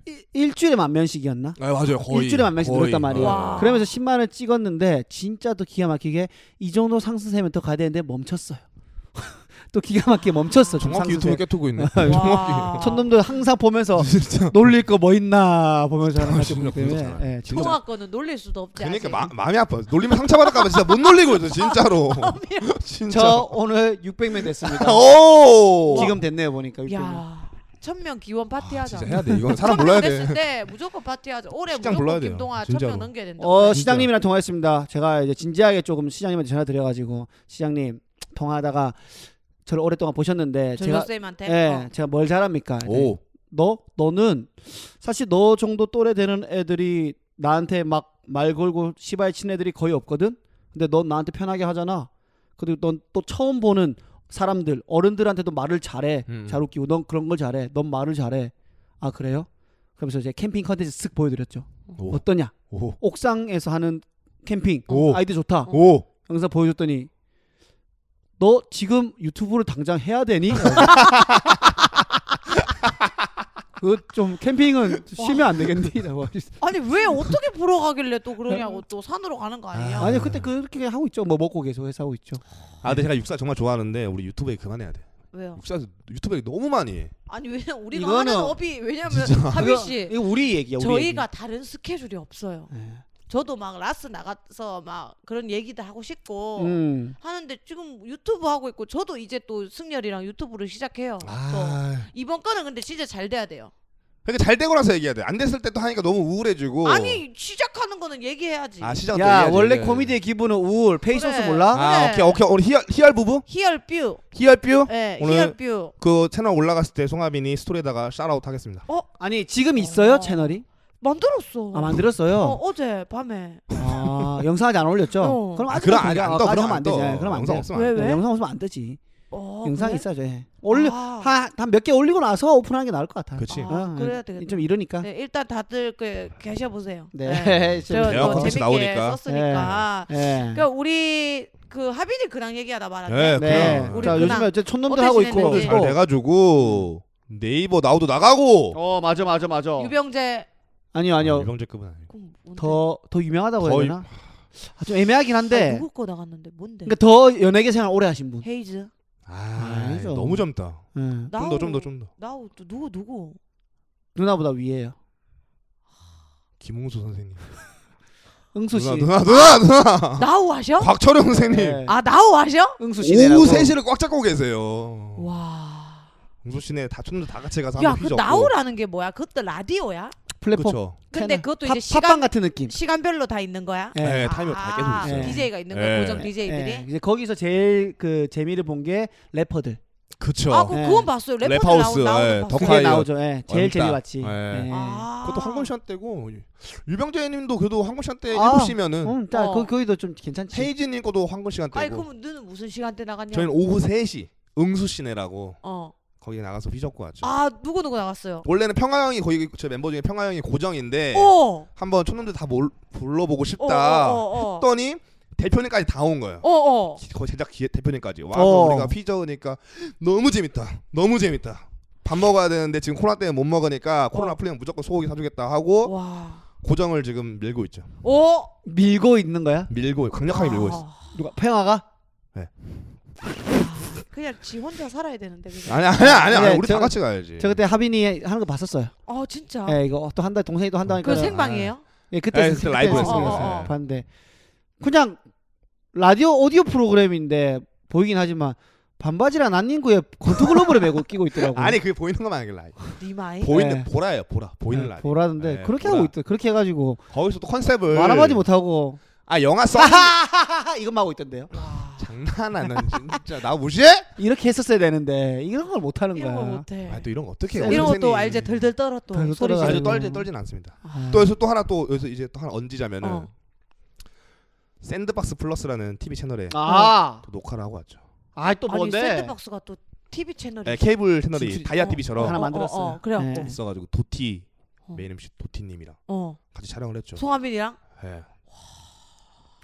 Speaker 1: 일, 일주일에 만 명씩이었나?
Speaker 3: 아, 맞아요 거의
Speaker 1: 일주일에 만 명씩
Speaker 3: 거의.
Speaker 1: 늘었단 말이에요.
Speaker 2: 와.
Speaker 1: 그러면서 10만 을 찍었는데 진짜 또 기가 막히게 이 정도 상승세면 더 가야 되는데 멈췄어요. 또 기가 막히게 멈췄어. 좀
Speaker 3: 정확히
Speaker 1: 상승세.
Speaker 3: 유튜브 깨뜨고 있네
Speaker 2: 와.
Speaker 1: 촌놈들 항상 보면서
Speaker 3: 진짜
Speaker 1: 놀릴 거 뭐 있나 보면서 하는
Speaker 3: 아,
Speaker 1: 것
Speaker 3: 진짜
Speaker 1: 때문에
Speaker 3: 그렇잖아요.
Speaker 1: 예, 진짜
Speaker 3: 진짜.
Speaker 2: 통화권은 놀릴 수도 없지.
Speaker 3: 그러니까
Speaker 2: 아직.
Speaker 3: 마, 마음이 아파 놀리면 상처받을까봐 진짜 못 놀리고 있어 진짜로
Speaker 1: 아,
Speaker 3: 진짜
Speaker 1: 저 오늘 600명 됐습니다.
Speaker 3: 어. 오
Speaker 1: 지금 됐네요 보니까 600명.
Speaker 2: 야, 천명 기원 파티하자.
Speaker 3: 아,
Speaker 2: 아,
Speaker 3: 진짜 해야 돼 이건 사람 불러야 돼
Speaker 2: 됐을 때 무조건 파티하자. 올해
Speaker 3: 시장
Speaker 2: 무조건
Speaker 3: 불러야 돼요,
Speaker 2: 김동아
Speaker 3: 진짜로.
Speaker 2: 천명 넘겨야 된다.
Speaker 1: 어
Speaker 3: 진짜.
Speaker 1: 시장님이랑 통화했습니다. 제가 이제 진지하게 조금 시장님한테 전화 드려가지고 시장님 통화하다가 저를 오랫동안 보셨는데
Speaker 2: 전교
Speaker 1: 제가
Speaker 2: 쌤한테.
Speaker 1: 예
Speaker 2: 어.
Speaker 1: 제가 뭘 잘합니까?
Speaker 3: 오
Speaker 1: 너 너는 사실 너 정도 또래 되는 애들이 나한테 막 말 걸고 시발 친 애들이 거의 없거든. 근데 넌 나한테 편하게 하잖아. 그리고 넌 또 처음 보는 사람들 어른들한테도 말을 잘해.
Speaker 3: 음.
Speaker 1: 잘 웃기고 넌 그런 걸 잘해. 넌 말을 잘해. 아 그래요? 그러면서 이제 캠핑 컨텐츠 쓱 보여드렸죠.
Speaker 3: 오.
Speaker 1: 어떠냐?
Speaker 3: 오.
Speaker 1: 옥상에서 하는 캠핑
Speaker 3: 오.
Speaker 1: 아이디 좋다.
Speaker 3: 오.
Speaker 1: 영상 보여줬더니 너 지금 유튜브를 당장 해야 되니? 그 좀 캠핑은 쉬면 안 되겠니? 라고 하시-
Speaker 2: 아니 왜 어떻게 보러 가길래 또 그러냐고 또 산으로 가는 거 아니에요?
Speaker 3: 아,
Speaker 1: 아니 그때 그렇게 하고 있죠. 뭐 먹고 계속 회사 하고 있죠.
Speaker 3: 아 근데 제가 육사 정말 좋아하는데 우리 유튜브에 그만해야 돼
Speaker 2: 왜요?
Speaker 3: 육사 유튜브에 너무 많이 해.
Speaker 2: 아니 왜 우리가
Speaker 1: 이거는-
Speaker 2: 하는 업이 왜냐면
Speaker 3: 진짜.
Speaker 2: 하빈 씨
Speaker 1: 아, 이거 우리 얘기야. 우리
Speaker 2: 저희가 다른 스케줄이 없어요.
Speaker 1: 네.
Speaker 2: 저도 막 라스 나가서 막 그런 얘기도 하고 싶고
Speaker 1: 얘기. 음.
Speaker 2: 하는데 지금 유튜브 하고 있고 저도 이제 또 승열이랑 유튜브를 시작해요. 또
Speaker 3: 아
Speaker 2: 이번 거는 근데 진짜 잘 돼야 돼요.
Speaker 3: 그러니까 잘 되고 나서 얘기해야 돼. 안 됐을 때 또 하니까 너무 우울해지고.
Speaker 2: 아니 시작하는 거는 얘기해야지.
Speaker 3: 아 시장
Speaker 1: 야 원래 코미디의 기분은 우울, 페이소스
Speaker 2: 그래.
Speaker 1: 몰라?
Speaker 3: 아
Speaker 2: 그래.
Speaker 3: 오케이 오케이 오늘 히얼 히얼 부부
Speaker 2: 히얼뷰,
Speaker 3: 히얼 뷰.
Speaker 2: 예,
Speaker 3: 오늘-
Speaker 2: 히얼뷰.
Speaker 3: 그 채널 올라갔을 때 송하빈이 스토리에다가 샤라웃 하겠습니다.
Speaker 1: 아니 지금 있어요
Speaker 2: 어.
Speaker 1: 채널이?
Speaker 2: 만들었어.
Speaker 1: 아 만들었어요.
Speaker 2: 어, 어제 밤에.
Speaker 1: 아 영상 아직 안 올렸죠?
Speaker 2: 어.
Speaker 1: 그럼
Speaker 3: 아,
Speaker 1: 아직
Speaker 3: 그럼 아직 안
Speaker 1: 아직
Speaker 3: 떠, 그럼
Speaker 1: 하면
Speaker 3: 안
Speaker 1: 안
Speaker 3: 떠.
Speaker 1: 되지. 네, 그럼 안
Speaker 3: 영상
Speaker 1: 돼.
Speaker 3: 없으면
Speaker 2: 왜
Speaker 3: 안
Speaker 2: 왜?
Speaker 1: 네, 영상 없으면 안 되지.
Speaker 2: 어,
Speaker 1: 영상이
Speaker 2: 그래?
Speaker 1: 있어야죠. 예. 올려
Speaker 2: 아.
Speaker 1: 한몇 개 올리고 나서 오픈하는 게 나을 것 같아요.
Speaker 3: 그렇지.
Speaker 2: 아,
Speaker 1: 어,
Speaker 2: 그래야 되겠다.
Speaker 1: 좀 이러니까.
Speaker 2: 네, 일단 다들 그 계셔 보세요.
Speaker 1: 네. 좀-
Speaker 2: 제가
Speaker 3: 대화
Speaker 2: 또
Speaker 3: 컨텐츠
Speaker 2: 재밌게
Speaker 3: 네. 나오니까.
Speaker 2: 썼으니까.
Speaker 1: 예.
Speaker 2: 그러니까 우리 그 하빈이 근황 얘기하다 말았네.
Speaker 3: 네, 아,
Speaker 1: 네.
Speaker 3: 그냥.
Speaker 2: 우리
Speaker 1: 자,
Speaker 2: 누나.
Speaker 1: 요즘에 이제 촌놈들
Speaker 2: 어때
Speaker 1: 하고 있고.
Speaker 2: 지내는지.
Speaker 3: 돼. 잘 돼가지고 네이버 나우도 나가고.
Speaker 1: 어, 맞아 맞아 맞아.
Speaker 2: 유병재
Speaker 1: 아니요, 아니요.
Speaker 3: 유병재급은 아니고.
Speaker 2: 그럼 뭔데?
Speaker 1: 더 더 유명하다고 해야
Speaker 3: 거의-
Speaker 1: 되나? 아, 좀 애매하긴
Speaker 2: 아,
Speaker 1: 한데.
Speaker 2: 누구 거 나갔는데 뭔데?
Speaker 1: 그러니까 더 연예계 생활 오래 하신 분.
Speaker 2: 헤이즈.
Speaker 3: 아
Speaker 1: 아니죠.
Speaker 3: 너무 젊다.
Speaker 1: 예.
Speaker 3: 좀 더 좀 더 좀 더.
Speaker 2: 나우 또 누구 누구?
Speaker 1: 누나보다 위에요.
Speaker 3: 김홍수 선생님.
Speaker 1: 응수 씨.
Speaker 3: 누나 누나 누나 누나.
Speaker 2: 나우 하셔?
Speaker 3: 곽철용 선생님.
Speaker 1: 예.
Speaker 2: 아 나우 하셔?
Speaker 1: 응수 씨. 네,
Speaker 3: 오후 3시를 꽉 잡고 계세요.
Speaker 2: 와.
Speaker 3: 홍수 씨네 다 촌도 다 같이 가서
Speaker 2: 야,
Speaker 3: 한번
Speaker 2: 그
Speaker 3: 휘저고.
Speaker 2: 나우라는 게 뭐야? 그것도 라디오야?
Speaker 1: 플랫폼.
Speaker 3: 그쵸.
Speaker 2: 근데
Speaker 1: 채널.
Speaker 2: 그것도
Speaker 1: 팝-
Speaker 2: 이제
Speaker 1: 팝빵
Speaker 2: 시간
Speaker 1: 같은 느낌.
Speaker 2: 시간별로 다 있는 거야?
Speaker 1: 예.
Speaker 3: 네, 타이머 다
Speaker 2: 아,
Speaker 3: 계속 있어요.
Speaker 1: 예.
Speaker 2: DJ가 있는
Speaker 3: 예.
Speaker 2: 거야. 고정
Speaker 1: 예.
Speaker 2: DJ들이.
Speaker 1: 이제 거기서 제일 그 재미를 본 게 래퍼들.
Speaker 3: 그쵸.
Speaker 2: 아, 그
Speaker 1: 예.
Speaker 2: 그건 봤어요. 래퍼들
Speaker 3: 랩하우스,
Speaker 2: 나오, 나오는
Speaker 3: 예,
Speaker 2: 거 봤어요.
Speaker 3: 더
Speaker 1: 그게
Speaker 3: 덕화예요.
Speaker 1: 나오죠. 예. 제일
Speaker 3: 어렵다.
Speaker 1: 재미봤지.
Speaker 3: 예.
Speaker 2: 아.
Speaker 3: 그것도 황금시간 때고 유병재님도 그래도 황금시간 때
Speaker 1: 아.
Speaker 3: 7시면은
Speaker 1: 음, 자,
Speaker 2: 어.
Speaker 1: 거, 거기도 좀 괜찮지.
Speaker 3: 헤이즈님 거도 황금시간
Speaker 2: 아니
Speaker 3: 때고
Speaker 2: 그럼 너는 무슨 시간대 나갔냐?
Speaker 3: 저희는 오후 3시 응수 씨네라고
Speaker 2: 어.
Speaker 3: 거기 나가서 휘젓고 왔죠.
Speaker 2: 아 누구 누구 나갔어요?
Speaker 3: 원래는 평화 형이 거기 제 멤버 중에 평화 형이 고정인데
Speaker 2: 어.
Speaker 3: 한번 촌놈들 다 몰, 불러보고
Speaker 2: 어,
Speaker 3: 싶다
Speaker 2: 어, 어, 어.
Speaker 3: 했더니 대표님까지 다 온 거예요.
Speaker 2: 어, 어.
Speaker 3: 기- 거의 제작 기, 대표님까지 와서
Speaker 1: 어.
Speaker 3: 우리가 휘저으니까 너무 재밌다 너무 재밌다 밥 먹어야 되는데 지금 코로나 때문에 못 먹으니까 코로나 풀리면 무조건 소고기 사주겠다
Speaker 2: 어.
Speaker 3: 하고
Speaker 2: 와. 어?
Speaker 3: 고정을 지금 밀고 있죠
Speaker 2: 오.
Speaker 1: 밀고 있는 거야?
Speaker 3: 밀고 강력하게 밀고 있어
Speaker 2: 아,
Speaker 1: 누가 평화가?
Speaker 2: 그냥 지 혼자 살아야 되는데 그냥.
Speaker 3: 아니 아니 아니 아니
Speaker 1: 예,
Speaker 3: 우리
Speaker 1: 저-
Speaker 3: 다 같이 가야지
Speaker 1: 저 그때 하빈이 하는 거 봤었어요.
Speaker 2: 아 진짜.
Speaker 1: 예, 이거 또 한다 동생이 또 한다
Speaker 2: 그
Speaker 1: 하니까.
Speaker 2: 생방이에요?
Speaker 1: 예,
Speaker 3: 예,
Speaker 1: 그때
Speaker 3: 그때 라이브
Speaker 2: 했어요.
Speaker 1: 생방송에서
Speaker 2: 어, 어, 어.
Speaker 1: 봤는데 그냥 라디오 오디오 프로그램인데 보이긴 하지만 반바지랑 난닝구에 권투글러브를 메고 끼고 있더라고.
Speaker 3: 아니 그게 보이는 것만 아니라 라이브.
Speaker 2: 니네 마이.
Speaker 3: 보이는
Speaker 1: 예.
Speaker 3: 보라예요 보라 보이는 라이브
Speaker 1: 보라는데
Speaker 3: 예,
Speaker 1: 그렇게
Speaker 3: 보라.
Speaker 1: 하고 있더. 그렇게 해가지고
Speaker 3: 거기서 또 컨셉을
Speaker 1: 말아보지 못하고
Speaker 3: 아 영화 써
Speaker 1: 아하하하 이것만 하고 있던데요.
Speaker 2: 와.
Speaker 3: 장난아 넌 진짜 나 무시해?
Speaker 1: 이렇게 했었어야 되는데 이런 걸 못 하는
Speaker 2: 이런 거
Speaker 1: 거야.
Speaker 2: 못해.
Speaker 3: 아또 이런 거 어떻게 해요
Speaker 2: 이런 것도
Speaker 3: 선생님.
Speaker 2: 알제 덜덜 떨어 또
Speaker 1: 덜덜
Speaker 2: 소리
Speaker 1: 떨어가지고.
Speaker 2: 지르고.
Speaker 3: 아니, 떨지 떨진 않습니다
Speaker 1: 아.
Speaker 3: 또 여기서 또 하나 또 여기서 이제 또 하나 얹히자면은
Speaker 2: 어.
Speaker 3: 샌드박스 플러스라는 TV 채널에
Speaker 1: 아,
Speaker 3: 또 녹화를 하고 왔죠.
Speaker 1: 아 또
Speaker 2: 아니
Speaker 1: 뭔데?
Speaker 2: 샌드박스가 또 TV 채널이
Speaker 3: 네, 케이블 채널이
Speaker 1: 진짜-
Speaker 3: 다이아
Speaker 2: 어.
Speaker 1: 하나
Speaker 3: TV처럼
Speaker 2: 어,
Speaker 1: 만들었어요.
Speaker 2: 어, 어, 그래갖고.
Speaker 1: 예.
Speaker 3: 있어가지고 도티
Speaker 2: 어.
Speaker 3: 메인 MC 도티님이랑
Speaker 2: 어.
Speaker 3: 같이 촬영을 했죠.
Speaker 2: 송하빈이랑
Speaker 3: 예.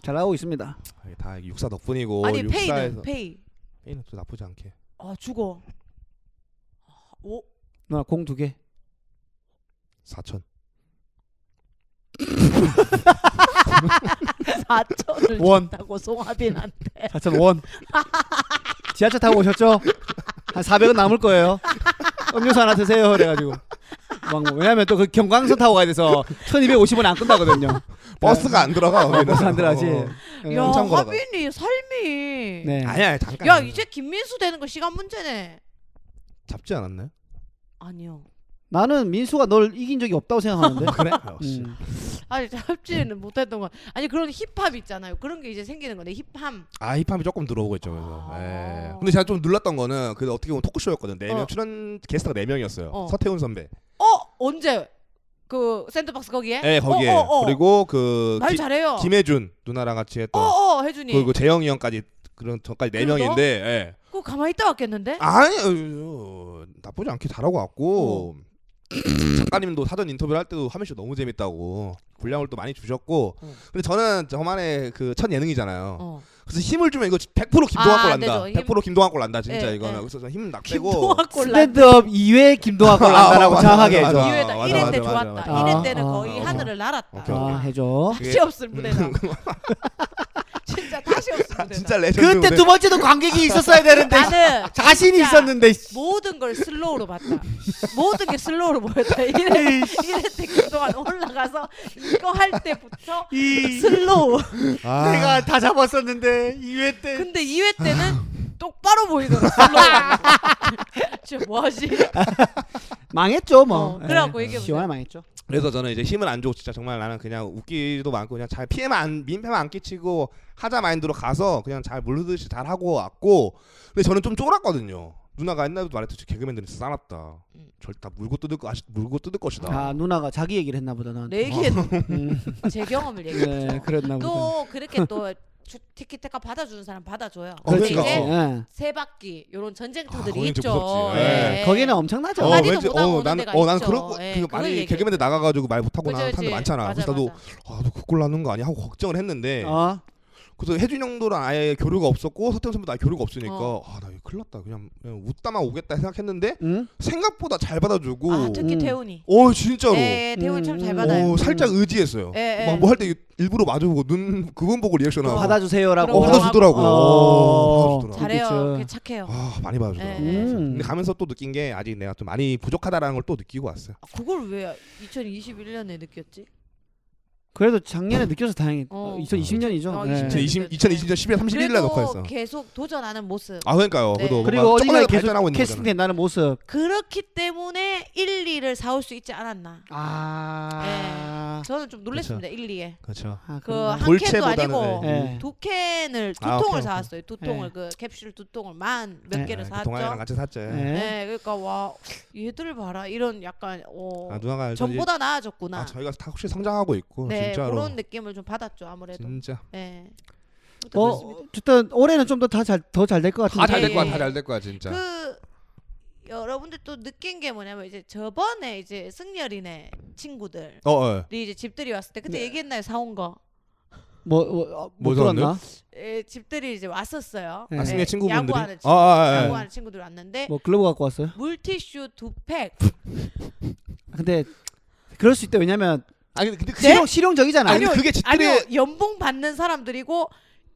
Speaker 1: 잘 나오고 있습니다.
Speaker 3: 이게 다 육사 덕분이고
Speaker 2: 아니
Speaker 3: 육사에서
Speaker 2: 페이는 페이.
Speaker 3: 페이는 또 나쁘지 않게
Speaker 2: 아 죽어. 오
Speaker 1: 누나 공 두 개.
Speaker 3: 4천.
Speaker 2: 4천을
Speaker 1: 원.
Speaker 2: 준다고 송하빈한테
Speaker 1: 4천 원. 지하철 타고 오셨죠? 한 400원 남을 거예요. 음료수 하나 드세요. 그래가지고. 막 뭐, 왜냐면 또 그 경광선 타고 가야 돼서 1250원 안 끝나거든요.
Speaker 3: 버스가 안 들어가. 거기는.
Speaker 1: 버스 안 들어가지.
Speaker 3: 어.
Speaker 1: 예.
Speaker 2: 야
Speaker 3: 엄청 걸어가. 그러니까.
Speaker 2: 하빈이 삶이
Speaker 1: 네.
Speaker 3: 아니야 잠깐.
Speaker 2: 야 이제 김민수 되는 거 시간 문제네
Speaker 3: 잡지 않았나요?
Speaker 2: 아니요
Speaker 1: 나는 민수가 널 이긴 적이 없다고 생각하는데.
Speaker 3: 아, 그래. 역시.
Speaker 1: 음.
Speaker 2: 아니 잡지는 못했던 거 아니 그런 힙합 있잖아요 그런 게 이제 생기는 거네 힙합
Speaker 3: 아 힙합이 조금 들어오고 있죠. 그래서.
Speaker 2: 아.
Speaker 3: 예. 근데 제가 좀 놀랐던 거는 그 어떻게 보면 토크쇼였거든. 네명
Speaker 2: 어.
Speaker 3: 출연 게스트가 네 명이었어요.
Speaker 2: 어.
Speaker 3: 서태훈 선배.
Speaker 2: 어 언제 그 샌드박스 거기에
Speaker 3: 예 거기에
Speaker 2: 어, 어, 어.
Speaker 3: 그리고 그
Speaker 2: 말
Speaker 3: 기-
Speaker 2: 잘해요
Speaker 3: 김혜준 누나랑 같이 했던
Speaker 2: 어어 혜준이
Speaker 3: 그리고 재영이 형까지 그런 저까지 네
Speaker 2: 그리고
Speaker 3: 명인데 예.
Speaker 2: 그거 가만히 있다 왔겠는데
Speaker 3: 아니 어, 나쁘지 않게 잘하고
Speaker 2: 어.
Speaker 3: 왔고 작가님도 사전 인터뷰를 할 때도 화면 쇼 너무 재밌다고 분량을 또 많이 주셨고
Speaker 2: 어.
Speaker 3: 근데 저는 저만의 그 첫 예능이잖아요
Speaker 2: 어.
Speaker 3: 그래서 힘을 주면 이거 100% 김동완
Speaker 2: 아,
Speaker 3: 꼴
Speaker 2: 안
Speaker 3: 난다
Speaker 2: 되죠. 힘-
Speaker 3: 100% 김동완 꼴 난다 진짜
Speaker 2: 예,
Speaker 3: 이거는
Speaker 2: 예.
Speaker 3: 그래서 저힘 낙대고
Speaker 2: 김동완 꼴라
Speaker 1: 스탠드업 2회 김동학 걸로 한다라고
Speaker 3: 아, 맞아,
Speaker 1: 정확하게
Speaker 3: 맞아,
Speaker 1: 해줘.
Speaker 3: 맞아.
Speaker 2: 2회다
Speaker 3: 맞아,
Speaker 2: 1회 때
Speaker 3: 맞아,
Speaker 2: 좋았다
Speaker 1: 맞아.
Speaker 3: 맞아,
Speaker 2: 1회
Speaker 1: 아,
Speaker 2: 때는
Speaker 1: 아,
Speaker 2: 거의
Speaker 3: 아,
Speaker 2: 하늘을 날았다
Speaker 3: 오케이,
Speaker 1: 아,
Speaker 3: 오케이.
Speaker 1: 해줘.
Speaker 2: 다시 없을 무대다 진짜 다시 없을 무대다
Speaker 3: 진짜 레전드
Speaker 1: 그때 두 번째도 관객이 있었어야 되는데.
Speaker 2: 나는
Speaker 1: 자신이
Speaker 2: 진짜
Speaker 1: 있었는데. 씨.
Speaker 2: 모든 걸 슬로우로 봤다. 모든 게 슬로우로 보였다. 이래 이래 때 그동안 올라가데 이거 할 때부터
Speaker 1: 이
Speaker 2: 슬로우.
Speaker 3: 아,
Speaker 1: 내가 다 잡았었는데 2회 때
Speaker 2: 근데 2회 때는 똑바로 보이더라. 슬로우. 진짜 뭐하지?
Speaker 1: 망했죠
Speaker 2: 뭐. 어, 그래갖고 예. 얘기해보세요.
Speaker 1: 시원하 망했죠.
Speaker 3: 그래서 저는 이제 힘은 안 주고 진짜 정말 나는 그냥 웃기도 많고 그냥 잘 피해만 안, 민폐만 안 끼치고 하자 마인드로 가서 그냥 잘 모르듯이 잘 하고 왔고 근데 저는 좀 쫄았거든요. 누나가 옛날부터 말했듯이 개그맨들은 진짜 싸납다.
Speaker 2: 음.
Speaker 3: 절대 다 물고 뜯을 거 아시, 물고 뜯을 것이다.
Speaker 1: 아 누나가 자기 얘기를 했나 보다 나한테.
Speaker 2: 내
Speaker 3: 뭐.
Speaker 2: 얘기는
Speaker 1: 음,
Speaker 2: 제 경험을
Speaker 1: 네,
Speaker 2: 얘기했죠.
Speaker 1: 그랬나 보다.
Speaker 2: 또 그렇게 또 주- 티키타카 받아주는 사람 받아줘요.
Speaker 3: 어,
Speaker 2: 근데
Speaker 3: 그러니까.
Speaker 2: 이제
Speaker 3: 어.
Speaker 1: 예.
Speaker 2: 세 바퀴 이런
Speaker 3: 아,
Speaker 2: 전쟁터들이
Speaker 3: 거긴 좀
Speaker 2: 있죠.
Speaker 3: 무섭지.
Speaker 1: 예.
Speaker 3: 예.
Speaker 1: 거기는 엄청나죠.
Speaker 2: 어, 한마디도
Speaker 3: 왠지-
Speaker 2: 못 하고
Speaker 3: 어,
Speaker 2: 오는
Speaker 3: 나는
Speaker 2: 데가
Speaker 3: 어, 나는
Speaker 2: 있죠.
Speaker 3: 그런 거
Speaker 2: 예,
Speaker 3: 그
Speaker 2: 그걸
Speaker 3: 많이
Speaker 2: 얘기해요.
Speaker 3: 개그맨들 나가가지고 말 못하고
Speaker 2: 그죠,
Speaker 3: 나는 사람들
Speaker 2: 그지?
Speaker 3: 많잖아.
Speaker 2: 맞아,
Speaker 3: 그래서 나도
Speaker 2: 맞아.
Speaker 3: 아, 너 그꼴 나는 거 아니야 하고 걱정을 했는데
Speaker 1: 어.
Speaker 3: 그래서 혜준 형도랑 아예 교류가 없었고 서태훈 선배도 아예 교류가 없으니까
Speaker 2: 어.
Speaker 3: 아 나 이거 큰일 났다 그냥, 그냥 웃다만 오겠다 생각했는데
Speaker 1: 응?
Speaker 3: 생각보다 잘 받아주고
Speaker 2: 아 특히
Speaker 1: 음.
Speaker 2: 태훈이.
Speaker 3: 어 진짜로
Speaker 2: 예, 예, 태훈이 참 잘
Speaker 1: 음.
Speaker 2: 받아요.
Speaker 3: 어, 살짝 의지했어요.
Speaker 2: 예, 예.
Speaker 3: 막 뭐 할 때 일부러 마주보고 눈 그분 보고 리액션하고
Speaker 1: 받아주세요라고.
Speaker 2: 그럼 받아주-
Speaker 3: 받아주더라고.
Speaker 1: 어.
Speaker 3: 어, 받아주더라고.
Speaker 2: 잘해요.
Speaker 1: 그쵸.
Speaker 2: 걔 착해요.
Speaker 3: 아 많이 받아주더라고.
Speaker 2: 예, 예.
Speaker 1: 음.
Speaker 3: 근데 가면서 또 느낀 게 아직 내가 좀 많이 부족하다라는 걸 또 느끼고 왔어요.
Speaker 2: 아, 그걸 왜 2021년에 느꼈지?
Speaker 1: 그래도 작년에 느껴서 다행이.
Speaker 2: 어.
Speaker 1: 2020년이죠.
Speaker 2: 어,
Speaker 1: 네.
Speaker 2: 2020.
Speaker 3: 2020, 2020년 10월 31일날 녹화했어.
Speaker 2: 계속 도전하는 모습.
Speaker 3: 아 그러니까요.
Speaker 2: 네.
Speaker 3: 그래도
Speaker 1: 그리고 어디가 계속
Speaker 3: 발전하고 있는 거잖아.
Speaker 1: 캐스팅된다는 모습.
Speaker 2: 그렇기 때문에 1, 2를 사올 수 있지 않았나.
Speaker 1: 아.
Speaker 2: 저는 좀 놀랐습니다. 1, 2에.
Speaker 3: 그렇죠.
Speaker 1: 아,
Speaker 2: 그
Speaker 1: 그런가?
Speaker 2: 한 캔도
Speaker 3: 볼채보다는
Speaker 2: 아니고
Speaker 1: 네. 예.
Speaker 2: 두 캔을 두
Speaker 3: 아, 오케이,
Speaker 2: 통을
Speaker 3: 오케이.
Speaker 2: 사왔어요. 두
Speaker 1: 예.
Speaker 2: 통을 그 캡슐 두 통을 만 몇
Speaker 1: 예.
Speaker 2: 개를
Speaker 3: 아, 그
Speaker 2: 사왔죠.
Speaker 3: 동아리랑 같이 샀죠.
Speaker 1: 예.
Speaker 2: 네, 그러니까 와 얘들 봐라 이런 약간 어
Speaker 3: 아 누나가 알죠.
Speaker 2: 전보다
Speaker 3: 이제-
Speaker 2: 나아졌구나.
Speaker 3: 아 저희가 다 확실히 성장하고 있고
Speaker 2: 네,
Speaker 3: 진짜로.
Speaker 2: 그런 느낌을 좀 받았죠 아무래도.
Speaker 3: 진짜
Speaker 2: 네. 아무튼
Speaker 1: 어,
Speaker 2: 그렇습니다.
Speaker 1: 어쨌든 올해는 좀 더 다 잘 더 잘 될 것
Speaker 3: 다
Speaker 1: 같은데.
Speaker 3: 잘 될 거야.
Speaker 2: 예, 예.
Speaker 3: 다 잘 될 거야 진짜.
Speaker 2: 그 여러분들 또 느낀 게 뭐냐면 이제 저번에 이제 승열이네 친구들이
Speaker 3: 어, 어.
Speaker 2: 네, 이제 집들이 왔을 때 그때
Speaker 1: 네.
Speaker 2: 얘기했나요 사온 거?
Speaker 1: 뭐, 뭐, 어, 못
Speaker 3: 뭐
Speaker 1: 들었나?
Speaker 2: 예, 집들이 이제 왔었어요.
Speaker 1: 네.
Speaker 3: 아, 승리
Speaker 2: 예,
Speaker 3: 친구분들이.
Speaker 2: 야구하는
Speaker 3: 아,
Speaker 2: 친구,
Speaker 3: 아, 아, 아.
Speaker 2: 야구하는 친구들 왔는데
Speaker 1: 뭐 글러브 갖고 왔어요?
Speaker 2: 물티슈 두 팩.
Speaker 1: 근데 그럴 수 있다. 왜냐면
Speaker 3: 아 근데 근데 그
Speaker 1: 실용 실용적이잖아.
Speaker 3: 아니 근데 그게
Speaker 2: 네? 아니요
Speaker 3: 집들이
Speaker 2: 연봉 받는 사람들이고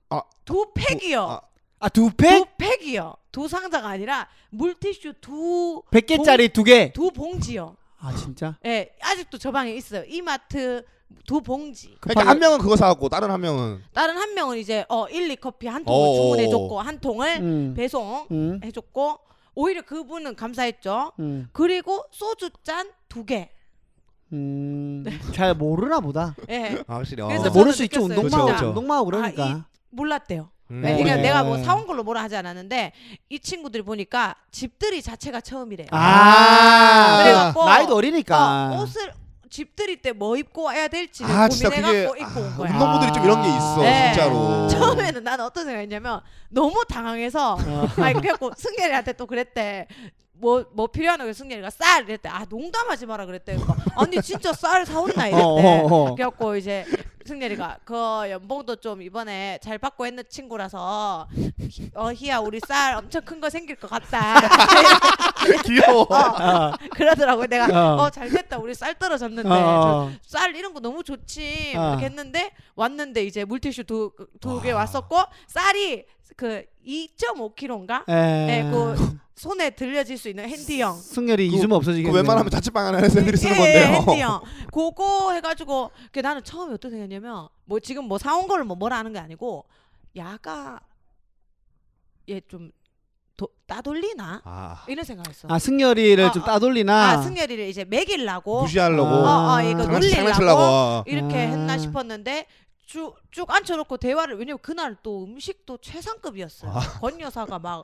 Speaker 3: 아,
Speaker 2: 두 팩이요.
Speaker 1: 아두
Speaker 2: 두
Speaker 1: 팩?
Speaker 2: 팩이요. 두 상자가 아니라 물티슈 두.
Speaker 1: 백 개짜리 두 개.
Speaker 2: 두 봉지요.
Speaker 1: 아 진짜?
Speaker 2: 예, 아직도 저 방에 있어요. 이마트 두 봉지.
Speaker 3: 그러니까 한 명은 그거 사갖고 다른 한 명은
Speaker 2: 다른 한 명은 이제 어 1, 2 커피 한
Speaker 3: 어어.
Speaker 2: 통을 주문해 줬고 한 통을
Speaker 1: 음.
Speaker 2: 배송
Speaker 1: 음.
Speaker 2: 해 줬고 오히려 그분은 감사했죠.
Speaker 1: 음.
Speaker 2: 그리고 소주 잔 두 개.
Speaker 1: 음. 잘 모르나 보다.
Speaker 2: 예.
Speaker 3: 아, 확실히 어.
Speaker 2: 그래서
Speaker 1: 근데
Speaker 2: 뭐-
Speaker 1: 모를 수 있죠.
Speaker 2: 네. 느꼈어요.
Speaker 1: 운동마하고
Speaker 3: 그렇죠, 그렇죠.
Speaker 1: 운동마하고
Speaker 2: 아,
Speaker 1: 그러니까.
Speaker 2: 몰랐대요.
Speaker 3: 음.
Speaker 1: 네,
Speaker 2: 그러니까
Speaker 1: 네.
Speaker 2: 내가 뭐 사온 걸로 뭐라 하지 않았는데 이 친구들이 보니까 집들이 자체가 처음이래요.
Speaker 3: 아,
Speaker 1: 아.
Speaker 2: 그래갖고
Speaker 1: 나이도 어리니까.
Speaker 2: 어, 옷을 집들이 때 뭐 입고 와야 될지
Speaker 3: 그러니까. 아, 진짜
Speaker 2: 고민해갖고
Speaker 3: 그게-
Speaker 2: 입고 온
Speaker 3: 아,
Speaker 2: 거야.
Speaker 3: 운동부들이 좀 이런 게 있어
Speaker 2: 네.
Speaker 3: 진짜로.
Speaker 2: 처음에는 난 어떤 생각했냐면 너무 당황해서 아니 그래갖고 승결이한테 또 그랬대 뭐, 뭐 필요하냐고 그래서 승렬이가 쌀 이랬대. 아 농담하지 마라 그랬대. 그러니까, 아니 진짜 쌀 사온나 이랬대.
Speaker 1: 어, 어, 어.
Speaker 2: 그래갖고 이제 승렬이가 그 연봉도 좀 이번에 잘 받고 했는 친구라서 히- 어 희야 우리 쌀 엄청 큰 거 생길 것 같다. 어,
Speaker 3: 귀여워.
Speaker 1: 아,
Speaker 2: 그러더라고. 내가
Speaker 1: 어.
Speaker 2: 어 잘됐다 우리 쌀 떨어졌는데. 네, 저
Speaker 1: 아,
Speaker 2: 쌀 이런 거 너무 좋지
Speaker 1: 아.
Speaker 2: 이렇게 했는데 왔는데 이제 물티슈 두 두 개
Speaker 3: 와.
Speaker 2: 왔었고 쌀이 그 2.5kg인가
Speaker 1: 에,
Speaker 2: 네, 그 손에 들려질 수 있는 핸디형
Speaker 1: 승열이
Speaker 3: 그-
Speaker 1: 이좀
Speaker 3: 그
Speaker 1: 없어지겠네.
Speaker 3: 웬만하면 자취방 하나 해서 애들이 쓰는
Speaker 2: 예, 예,
Speaker 3: 건데요.
Speaker 2: 핸디형 그거 해가지고 그 나는 처음에 어떻게 생겼냐면 뭐 지금 뭐 사온 걸 뭐 뭐라 하는 게 아니고 야가 얘좀 따돌리나
Speaker 3: 아
Speaker 2: 이런 생각했어.
Speaker 1: 아 승열이를
Speaker 2: 어,
Speaker 1: 좀
Speaker 2: 어.
Speaker 1: 따돌리나.
Speaker 2: 아, 승열이를 이제 먹이려고
Speaker 3: 무시하려고
Speaker 1: 아.
Speaker 2: 어, 어, 이거
Speaker 3: 장난-
Speaker 2: 놀리려고
Speaker 3: 장난치려고.
Speaker 2: 이렇게
Speaker 1: 아.
Speaker 2: 했나 싶었는데 쭉, 쭉 앉혀놓고 대화를 왜냐면 그날 또 음식도 최상급이었어요.
Speaker 3: 아.
Speaker 2: 권 여사가 막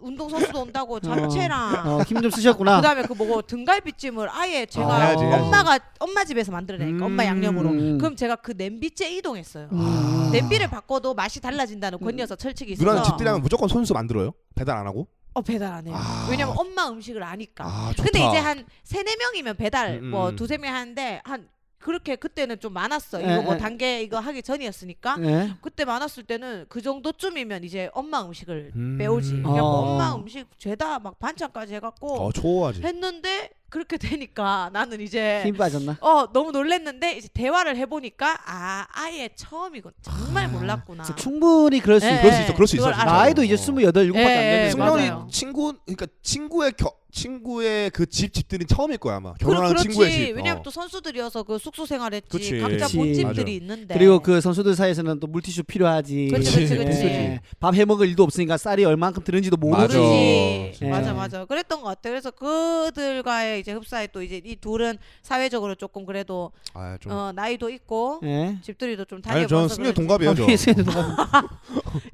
Speaker 2: 운동 선수도 온다고 잡채랑
Speaker 1: 어, 힘 좀 쓰셨구나.
Speaker 2: 그다음에 그 뭐고 등갈비찜을 아예 제가
Speaker 3: 아, 해야지, 해야지.
Speaker 2: 엄마가 엄마 집에서 만들어내니까 엄마
Speaker 1: 음.
Speaker 2: 양념으로 그럼 제가 그 냄비째 이동했어요.
Speaker 1: 음.
Speaker 2: 냄비를 바꿔도 맛이 달라진다는 권 여사 철칙이
Speaker 3: 누나는
Speaker 2: 있어서
Speaker 3: 집들이 하면 무조건 손수 만들어요. 배달 안 하고.
Speaker 2: 어, 배달 안 해요.
Speaker 3: 아.
Speaker 2: 왜냐면 엄마 음식을 아니까.
Speaker 3: 아
Speaker 2: 그러니까.
Speaker 3: 좋다.
Speaker 2: 근데 이제 한 세네 명이면 배달
Speaker 3: 음,
Speaker 2: 뭐
Speaker 3: 음.
Speaker 2: 두세 명 하는데 한 그렇게 그때는 좀 많았어.
Speaker 3: 예,
Speaker 1: 에,
Speaker 2: 이거 뭐
Speaker 1: 에.
Speaker 2: 단계 이거 하기 전이었으니까.
Speaker 1: 예.
Speaker 2: 그때 많았을 때는 그 정도쯤이면 이제 엄마 음식을
Speaker 3: 음.
Speaker 2: 배우지.
Speaker 1: 어.
Speaker 2: 그냥 뭐 엄마 음식 죄다 막 반찬까지 해갖고
Speaker 3: 어 초호하지.
Speaker 2: 했는데 그렇게 되니까 나는 이제
Speaker 1: 힘 빠졌나?
Speaker 2: 어 너무 놀랬는데 이제 대화를 해보니까 아 아예 처음이고
Speaker 3: 아,
Speaker 2: 정말 몰랐구나.
Speaker 1: 그래서 충분히 그럴 수
Speaker 2: 예,
Speaker 1: 있.
Speaker 3: 그럴 수 있어,
Speaker 2: 예.
Speaker 3: 그럴 수 있어,
Speaker 2: 그걸
Speaker 3: 진짜.
Speaker 2: 알아.
Speaker 1: 나이도
Speaker 3: 어.
Speaker 1: 이제 스물여덟, 일곱밖에 안
Speaker 2: 예, 예,
Speaker 1: 되는데.
Speaker 3: 승렬이
Speaker 2: 맞아요.
Speaker 3: 친구 그러니까 친구의 겨, 친구의 그 집 집들이 처음일 거야 아마 결혼하는
Speaker 2: 그렇지.
Speaker 3: 친구의 집.
Speaker 2: 왜냐면
Speaker 3: 어.
Speaker 2: 또 선수들이어서 그 숙소 생활했지.
Speaker 3: 그치.
Speaker 2: 각자
Speaker 1: 그치.
Speaker 2: 본집들이
Speaker 3: 맞아.
Speaker 2: 있는데.
Speaker 1: 그리고 그 선수들 사이에서는 또 물티슈 필요하지.
Speaker 2: 네. 그치,
Speaker 3: 그치,
Speaker 1: 예,
Speaker 3: 그치.
Speaker 1: 예. 밥 해먹을 일도 없으니까 쌀이 얼만큼 드는지도 모르지.
Speaker 3: 맞아.
Speaker 2: 모르지.
Speaker 1: 예.
Speaker 2: 맞아 맞아. 그랬던 것 같아. 그래서 그들과의 이제 흡사에 또 이제 이 둘은 사회적으로 조금 그래도
Speaker 3: 아, 좀.
Speaker 2: 어, 나이도 있고
Speaker 1: 예.
Speaker 2: 집들이도 좀
Speaker 3: 아니 저는
Speaker 2: 다녀봐서
Speaker 3: 승렬
Speaker 2: 그런지.
Speaker 3: 동갑이에요 저.
Speaker 1: 예, 승렬이 동갑.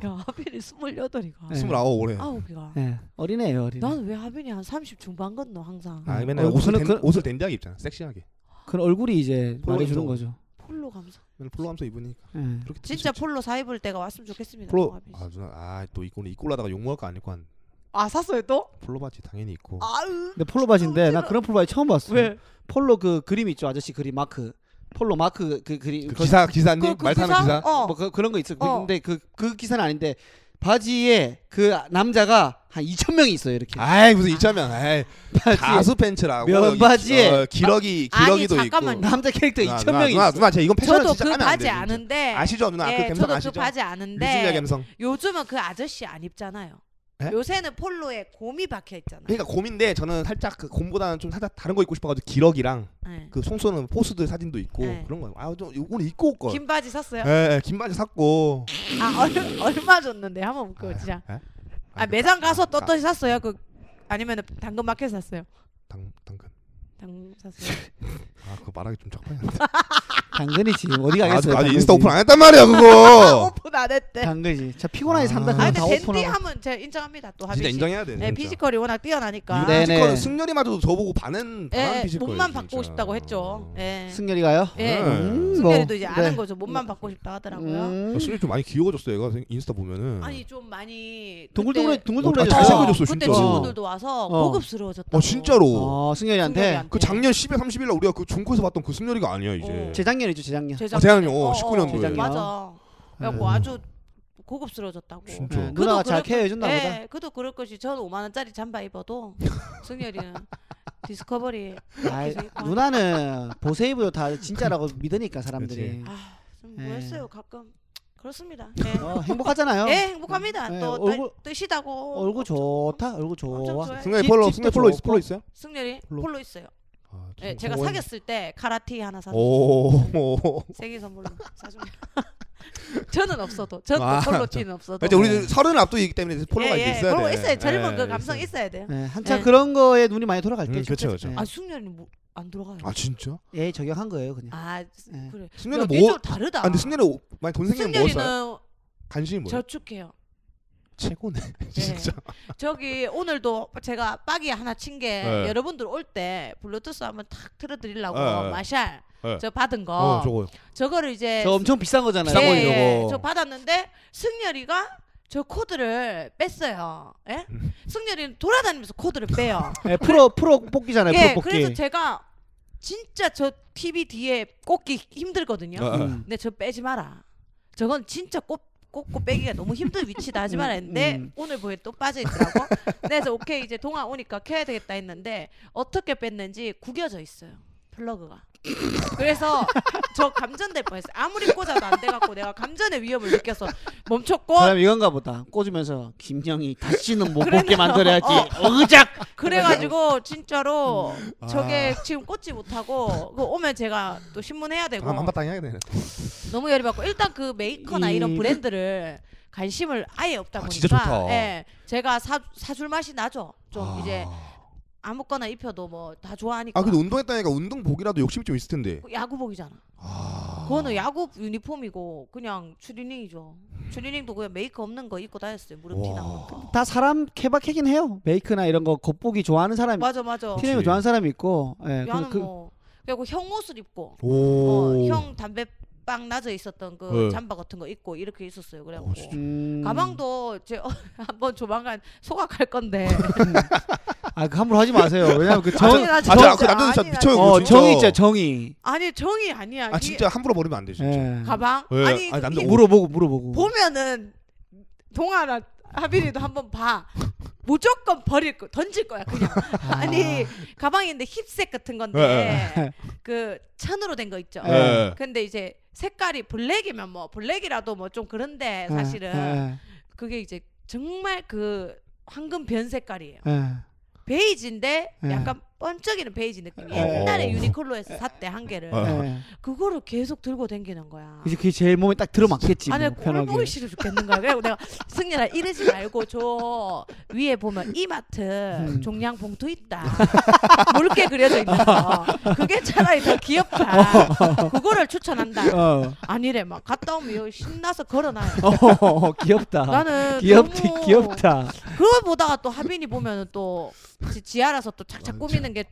Speaker 2: 야 하빈이 스물여덟이가
Speaker 1: 네.
Speaker 3: 스물아홉 올해.
Speaker 2: 어. 아홉이가.
Speaker 1: 예. 어린애예요, 어린애.
Speaker 2: 나는 왜 하빈이 한 30 중반 건너 항상
Speaker 3: 아 맨날
Speaker 1: 어,
Speaker 3: 옷을
Speaker 1: 저는
Speaker 3: 댄,
Speaker 1: 그-
Speaker 3: 옷을 댄디하게 입잖아. 섹시하게.
Speaker 1: 그 얼굴이 이제
Speaker 3: 보여요,
Speaker 1: 말해주는
Speaker 3: 또.
Speaker 1: 거죠.
Speaker 2: 폴로 감성.
Speaker 3: 맨날 폴로 하면서 입으니까.
Speaker 1: 예.
Speaker 3: 그렇게
Speaker 2: 진짜
Speaker 3: 댄스
Speaker 2: 폴로 사입을 때가 왔으면 좋겠습니다. 뭐,
Speaker 3: 폴로.
Speaker 2: 하빈이.
Speaker 3: 아 누나 아또 이거는 입고라다가 욕먹을 거 아닐 거 한.
Speaker 2: 아 샀어요 또?
Speaker 3: 폴로 바지 당연히 입고.
Speaker 2: 아유.
Speaker 1: 근데 폴로 바지인데
Speaker 2: 어째나-
Speaker 1: 나 그런 폴로 바지 처음 봤어.
Speaker 2: 왜?
Speaker 1: 폴로 그 그림 있죠, 아저씨 그림 마크. 폴로 마크 그 그림.
Speaker 3: 그
Speaker 1: 그-
Speaker 3: 기사 기사님
Speaker 2: 그, 그
Speaker 3: 말 타는 기사.
Speaker 2: 어.
Speaker 1: 뭐 그, 그런 거 있어.
Speaker 2: 어.
Speaker 1: 근데 그 그 기사는 아닌데 바지에 그 남자가 한 2천 명이 있어요, 이렇게.
Speaker 3: 아이 무슨 이참면 아이
Speaker 1: 바지.
Speaker 3: 가수 팬츠라고
Speaker 1: 면바지에-
Speaker 3: 여기, 어, 기러기
Speaker 2: 아, 아니,
Speaker 3: 기러기도
Speaker 2: 잠깐만요.
Speaker 3: 있고
Speaker 1: 남자 캐릭터
Speaker 3: 누나,
Speaker 1: 2천
Speaker 3: 누나,
Speaker 1: 명이
Speaker 3: 누나
Speaker 1: 있어.
Speaker 3: 누나 제 이건 패션
Speaker 2: 저도
Speaker 3: 진짜
Speaker 2: 그
Speaker 3: 하면 안
Speaker 2: 바지
Speaker 3: 돼. 진짜.
Speaker 2: 아는데
Speaker 3: 아시죠 누나
Speaker 2: 예,
Speaker 3: 그 감성
Speaker 2: 저도
Speaker 3: 아시죠?
Speaker 2: 그 바지
Speaker 3: 류승열
Speaker 2: 아는데
Speaker 3: 감성.
Speaker 2: 요즘은 그 아저씨 안 입잖아요.
Speaker 1: 네?
Speaker 3: 에?
Speaker 2: 요새는 폴로에 곰이 박혀 있잖아요.
Speaker 3: 그러니까 곰인데 저는 살짝 그 곰보다는 좀 살짝 다른 거 입고 싶어가지고 기러기랑
Speaker 2: 예.
Speaker 3: 그 송소는 포수들 사진도 있고
Speaker 2: 네.
Speaker 3: 그런 거예요. 아좀 오늘 입고 올 걸.
Speaker 2: 긴 바지 샀어요?
Speaker 1: 네.
Speaker 3: 예, 예, 긴 바지 샀고.
Speaker 2: 아 얼, 얼마 줬는데 한번 묶어 진짜.
Speaker 3: 예?
Speaker 2: 아 매장 가서
Speaker 3: 아,
Speaker 2: 떳떳이 샀어요. 그 아니면 당근마켓 샀어요.
Speaker 3: 당 당근.
Speaker 2: 당 샀어요.
Speaker 3: 아 그거 말하기 좀 작아요.
Speaker 1: 당근이지. 어디
Speaker 3: 아직
Speaker 1: 가겠어요?
Speaker 3: 아직
Speaker 1: 당근이지.
Speaker 3: 인스타 오픈 안 했단 말이야 그거.
Speaker 2: 아, 오픈 안 했대.
Speaker 1: 당근이지. 자 피곤하게 산다.
Speaker 3: 아.
Speaker 2: 아
Speaker 1: 그러면
Speaker 2: 근데
Speaker 1: 아, 다
Speaker 2: 댄디
Speaker 1: 오픈하고.
Speaker 2: 하면 제가 인정합니다. 또 하빈
Speaker 3: 진짜
Speaker 2: 씨.
Speaker 3: 인정해야 돼.
Speaker 2: 네,
Speaker 3: 진짜.
Speaker 2: 피지컬이 워낙 뛰어나니까.
Speaker 1: 네.
Speaker 3: 피지컬은 승렬이마저도 저보고 반은
Speaker 2: 예,
Speaker 3: 반한
Speaker 2: 예,
Speaker 3: 피지컬.
Speaker 2: 몸만 바꾸고 싶다고 했죠. 예.
Speaker 1: 승열이가요?
Speaker 2: 예.
Speaker 1: 음,
Speaker 2: 승렬이도
Speaker 1: 뭐.
Speaker 2: 이제
Speaker 1: 네.
Speaker 2: 아는 거죠. 몸만 바꾸고 싶다 하더라고요.
Speaker 1: 음.
Speaker 3: 아, 승렬이 좀 많이 귀여워졌어 얘가 생- 인스타 보면은.
Speaker 2: 아니 좀 많이
Speaker 1: 동글동글
Speaker 2: 그때-
Speaker 1: 동글동글
Speaker 3: 어, 다
Speaker 2: 아.
Speaker 3: 잘생겨졌어,
Speaker 2: 그때
Speaker 3: 진짜.
Speaker 2: 친구들도 와서
Speaker 1: 어.
Speaker 2: 고급스러워졌다.
Speaker 3: 어 진짜로.
Speaker 1: 어, 승열이한테
Speaker 2: 승열이한테. 아,
Speaker 3: 그 작년 10월 30일 날 우리가 그 중고에서 봤던 그 승렬이가 아니야 이제.
Speaker 2: 네. 어.
Speaker 1: 재작년이죠, 재작년.
Speaker 2: 재작년.
Speaker 3: 아, 재작년
Speaker 2: 어, 어,
Speaker 3: 19년도에.
Speaker 1: 재작년.
Speaker 2: 맞아. 그래갖고
Speaker 1: 음.
Speaker 2: 아주 고급스러워졌다고.
Speaker 3: 진짜.
Speaker 1: 네,
Speaker 3: 그도
Speaker 1: 누나가 잘
Speaker 2: 그렇고-
Speaker 1: 케어해 줬나 보다. 네.
Speaker 2: 예, 그도 그럴 것이 전 5만 원짜리 잠바 입어도 승열이는 디스커버리
Speaker 1: 아이,
Speaker 2: 계속 입고
Speaker 1: 누나는 보세이브도 다 진짜라고 믿으니까 사람들이.
Speaker 2: 아, 좀
Speaker 1: 예.
Speaker 2: 뭐였어요 가끔 그렇습니다. 예,
Speaker 1: 어, 행복하잖아요.
Speaker 2: 예 행복합니다.
Speaker 1: 예,
Speaker 2: 또
Speaker 1: 얼굴-
Speaker 2: 얼 뜨시다고
Speaker 1: 얼굴 좋다. 얼굴
Speaker 2: 엄청
Speaker 1: 좋아.
Speaker 2: 좋아해.
Speaker 3: 승렬이
Speaker 1: 집-
Speaker 3: 폴로
Speaker 1: 집도
Speaker 3: 승렬 폴로 있,
Speaker 1: 좋고.
Speaker 3: 폴로 있어요?
Speaker 2: 승열이
Speaker 3: 폴로.
Speaker 2: 폴로 있어요.
Speaker 3: 아,
Speaker 2: 예, 제가
Speaker 3: 공원-
Speaker 2: 사귀었을 때 카라티 하나 사.
Speaker 3: 오.
Speaker 2: 생일 선물로 사줍니다. 저는 없어도 전
Speaker 3: 아,
Speaker 2: 폴로 티는 없어도.
Speaker 3: 이제 우리 서른 앞두이기 때문에 이제 폴로가
Speaker 2: 네. 예,
Speaker 3: 이제
Speaker 2: 예,
Speaker 3: 있어야
Speaker 2: 그런 거
Speaker 3: 돼.
Speaker 2: 있어요. 젊은
Speaker 3: 예,
Speaker 2: 그 감성
Speaker 3: 있어요.
Speaker 2: 있어야 돼요.
Speaker 1: 예, 한참
Speaker 2: 예.
Speaker 1: 그런 거에 눈이 많이 돌아갈 때.
Speaker 3: 음, 그쵸, 그쵸.
Speaker 1: 예.
Speaker 2: 아 숙련이 뭐, 안 돌아가요.
Speaker 3: 아 진짜?
Speaker 1: 예, 적용한 거예요, 그냥.
Speaker 2: 아
Speaker 1: 예.
Speaker 2: 그래.
Speaker 3: 승렬은
Speaker 2: 야,
Speaker 3: 뭐?
Speaker 2: 네, 좀 다르다.
Speaker 3: 아 근데 승렬이 오- 만약 돈 생기면 뭐 써요?
Speaker 2: 승렬이는
Speaker 3: 간식이 뭐예요?
Speaker 2: 저축해요.
Speaker 3: 최고네 진짜.
Speaker 2: 저기 오늘도 제가 빠기 하나 친 게
Speaker 3: 네.
Speaker 2: 여러분들 올 때 블루투스 한번 탁 틀어드리려고
Speaker 3: 네, 네.
Speaker 2: 마샬
Speaker 3: 네.
Speaker 2: 저 받은 거
Speaker 3: 어 저거.
Speaker 2: 저거를 이제 네.
Speaker 1: 저 엄청 비싼 거잖아요.
Speaker 3: 비싼 거지,
Speaker 2: 예, 예.
Speaker 3: 저거.
Speaker 2: 저 받았는데 승열이가 저 코드를 뺐어요. 예?
Speaker 1: 음.
Speaker 2: 승렬이는 돌아다니면서 코드를 빼요.
Speaker 1: 예, 프로 프로 뽑기잖아요.
Speaker 2: 예,
Speaker 1: 프로 뽑기.
Speaker 2: 그래서 제가 진짜 저 TV 뒤에 꽂기 힘들거든요.
Speaker 3: 어.
Speaker 1: 음.
Speaker 2: 근데 저 빼지 마라. 저건 진짜 꼽, 꼽고 빼기가 너무 힘든 위치다 하지 마라 했는데
Speaker 1: 음.
Speaker 2: 오늘 보니 또 빠져있더라고. 네, 그래서 오케이 이제 동아 오니까 켜야 되겠다 했는데 어떻게 뺐는지 구겨져 있어요. 플러그가. 그래서 저 감전될 뻔했어요. 아무리 꽂아도 안 돼갖고 내가 감전의 위험을 느껴서 멈췄고
Speaker 1: 그럼 이건가 보다. 꽂으면서 김영희 다시는 못
Speaker 2: 뭐 그랬나?
Speaker 1: 뽑게 만들어야지.
Speaker 2: 그러니까. 어.
Speaker 1: 의작.
Speaker 2: 그래가지고 진짜로
Speaker 3: 아.
Speaker 2: 저게 지금 꽂지 못하고 그 오면 제가 또 신문해야 되고
Speaker 3: 아, 만바탕 해야 되네.
Speaker 2: 너무 열이 받고 일단 그 메이커나
Speaker 1: 이-
Speaker 2: 이런 브랜드를 관심을 아예 없다
Speaker 3: 아,
Speaker 2: 보니까
Speaker 3: 진짜 좋다.
Speaker 2: 예, 제가 사, 사줄 맛이 나죠 좀
Speaker 3: 아.
Speaker 2: 이제 아무거나 입혀도 뭐 다 좋아하니까
Speaker 3: 아 근데 운동했다니까 운동복이라도 욕심이 좀 있을 텐데.
Speaker 2: 야구복이잖아
Speaker 3: 아.
Speaker 2: 그거는 야구 유니폼이고 그냥 추리닝이죠 추리닝도 그냥 메이크 없는 거 입고 다녔어요 무릎 티 나오는 거
Speaker 1: 다 사람 케바케긴 해요. 메이크나 이런 거 겉보기 좋아하는 사람이
Speaker 2: 맞아 맞아
Speaker 1: 티내미
Speaker 3: 그치.
Speaker 1: 좋아하는 사람이 있고. 예.
Speaker 2: 야는
Speaker 1: 그, 그,
Speaker 2: 뭐 그리고 형 옷을 입고 어,
Speaker 3: 오.
Speaker 2: 형 담배 빵 낮에 있었던 그
Speaker 3: 네.
Speaker 2: 잠바 같은 거 입고 이렇게 있었어요. 그래갖고
Speaker 3: 어, 진짜.
Speaker 1: 음.
Speaker 2: 가방도 제 어, 한번 조만간 소각할 건데
Speaker 1: 아, 그 함부로 하지 마세요. 왜냐면 그 정.
Speaker 2: 그러니까 아니, 나
Speaker 3: 아, 저, 그
Speaker 2: 진짜
Speaker 3: 남자들 진짜
Speaker 2: 아니야.
Speaker 3: 미쳐요.
Speaker 1: 어,
Speaker 3: 그거 진짜.
Speaker 1: 정이 있죠. 정이.
Speaker 2: 아니 정이 아니야.
Speaker 3: 아
Speaker 2: 이게
Speaker 3: 진짜 함부로 버리면 안 돼,
Speaker 2: 네.
Speaker 3: 진짜.
Speaker 1: 예.
Speaker 2: 가방
Speaker 3: 왜?
Speaker 2: 아니,
Speaker 3: 아니, 남자
Speaker 2: 이게
Speaker 3: 옷.
Speaker 1: 물어보고 물어보고.
Speaker 2: 보면은 동아나 하빈이도 한번 봐. 무조건 버릴 거 던질 거야 그냥 아니 가방인데 힙색 같은
Speaker 1: 네.
Speaker 2: 건데 그 천으로 된 거 있죠
Speaker 3: 네.
Speaker 2: 근데 이제 색깔이 블랙이면 뭐 블랙이라도 뭐 좀
Speaker 3: 네,
Speaker 2: 그런데
Speaker 1: 예,
Speaker 2: 사실은
Speaker 1: 예,
Speaker 2: 그게 이제 정말 그 황금 변 색깔이에요.
Speaker 1: 예.
Speaker 2: 베이지인데
Speaker 1: 예.
Speaker 2: 약간 번쩍이는 베이지 느낌.
Speaker 3: 네. 어.
Speaker 2: 옛날에 유니클로에서 샀대 한 개를.
Speaker 3: 어.
Speaker 1: 예.
Speaker 2: 그거를 계속 들고 댕기는 거야.
Speaker 1: 이제 그게 제일 몸에 딱 들어맞겠지.
Speaker 2: 아니
Speaker 1: 뭐,
Speaker 2: 꼴
Speaker 1: 편하게.
Speaker 2: 보기 싫어 죽겠는 거야. 그래고 내가 승리라 이러지 말고 저 위에 보면 이마트
Speaker 1: 음.
Speaker 2: 종량 봉투 있다. 물게 그려져 있는 거. 그게 차라리 더 귀엽다. 그거를 추천한다.
Speaker 1: 어.
Speaker 2: 아니래 막 갔다 오면 여기 신나서 걸어놔요.
Speaker 1: 어, 귀엽다.
Speaker 2: 나는
Speaker 1: 귀엽다,
Speaker 2: 너무
Speaker 1: 귀엽다.
Speaker 2: 그걸 보다가 또 하빈이 보면은 또 지- 지하라서 또 착착 꾸미는 게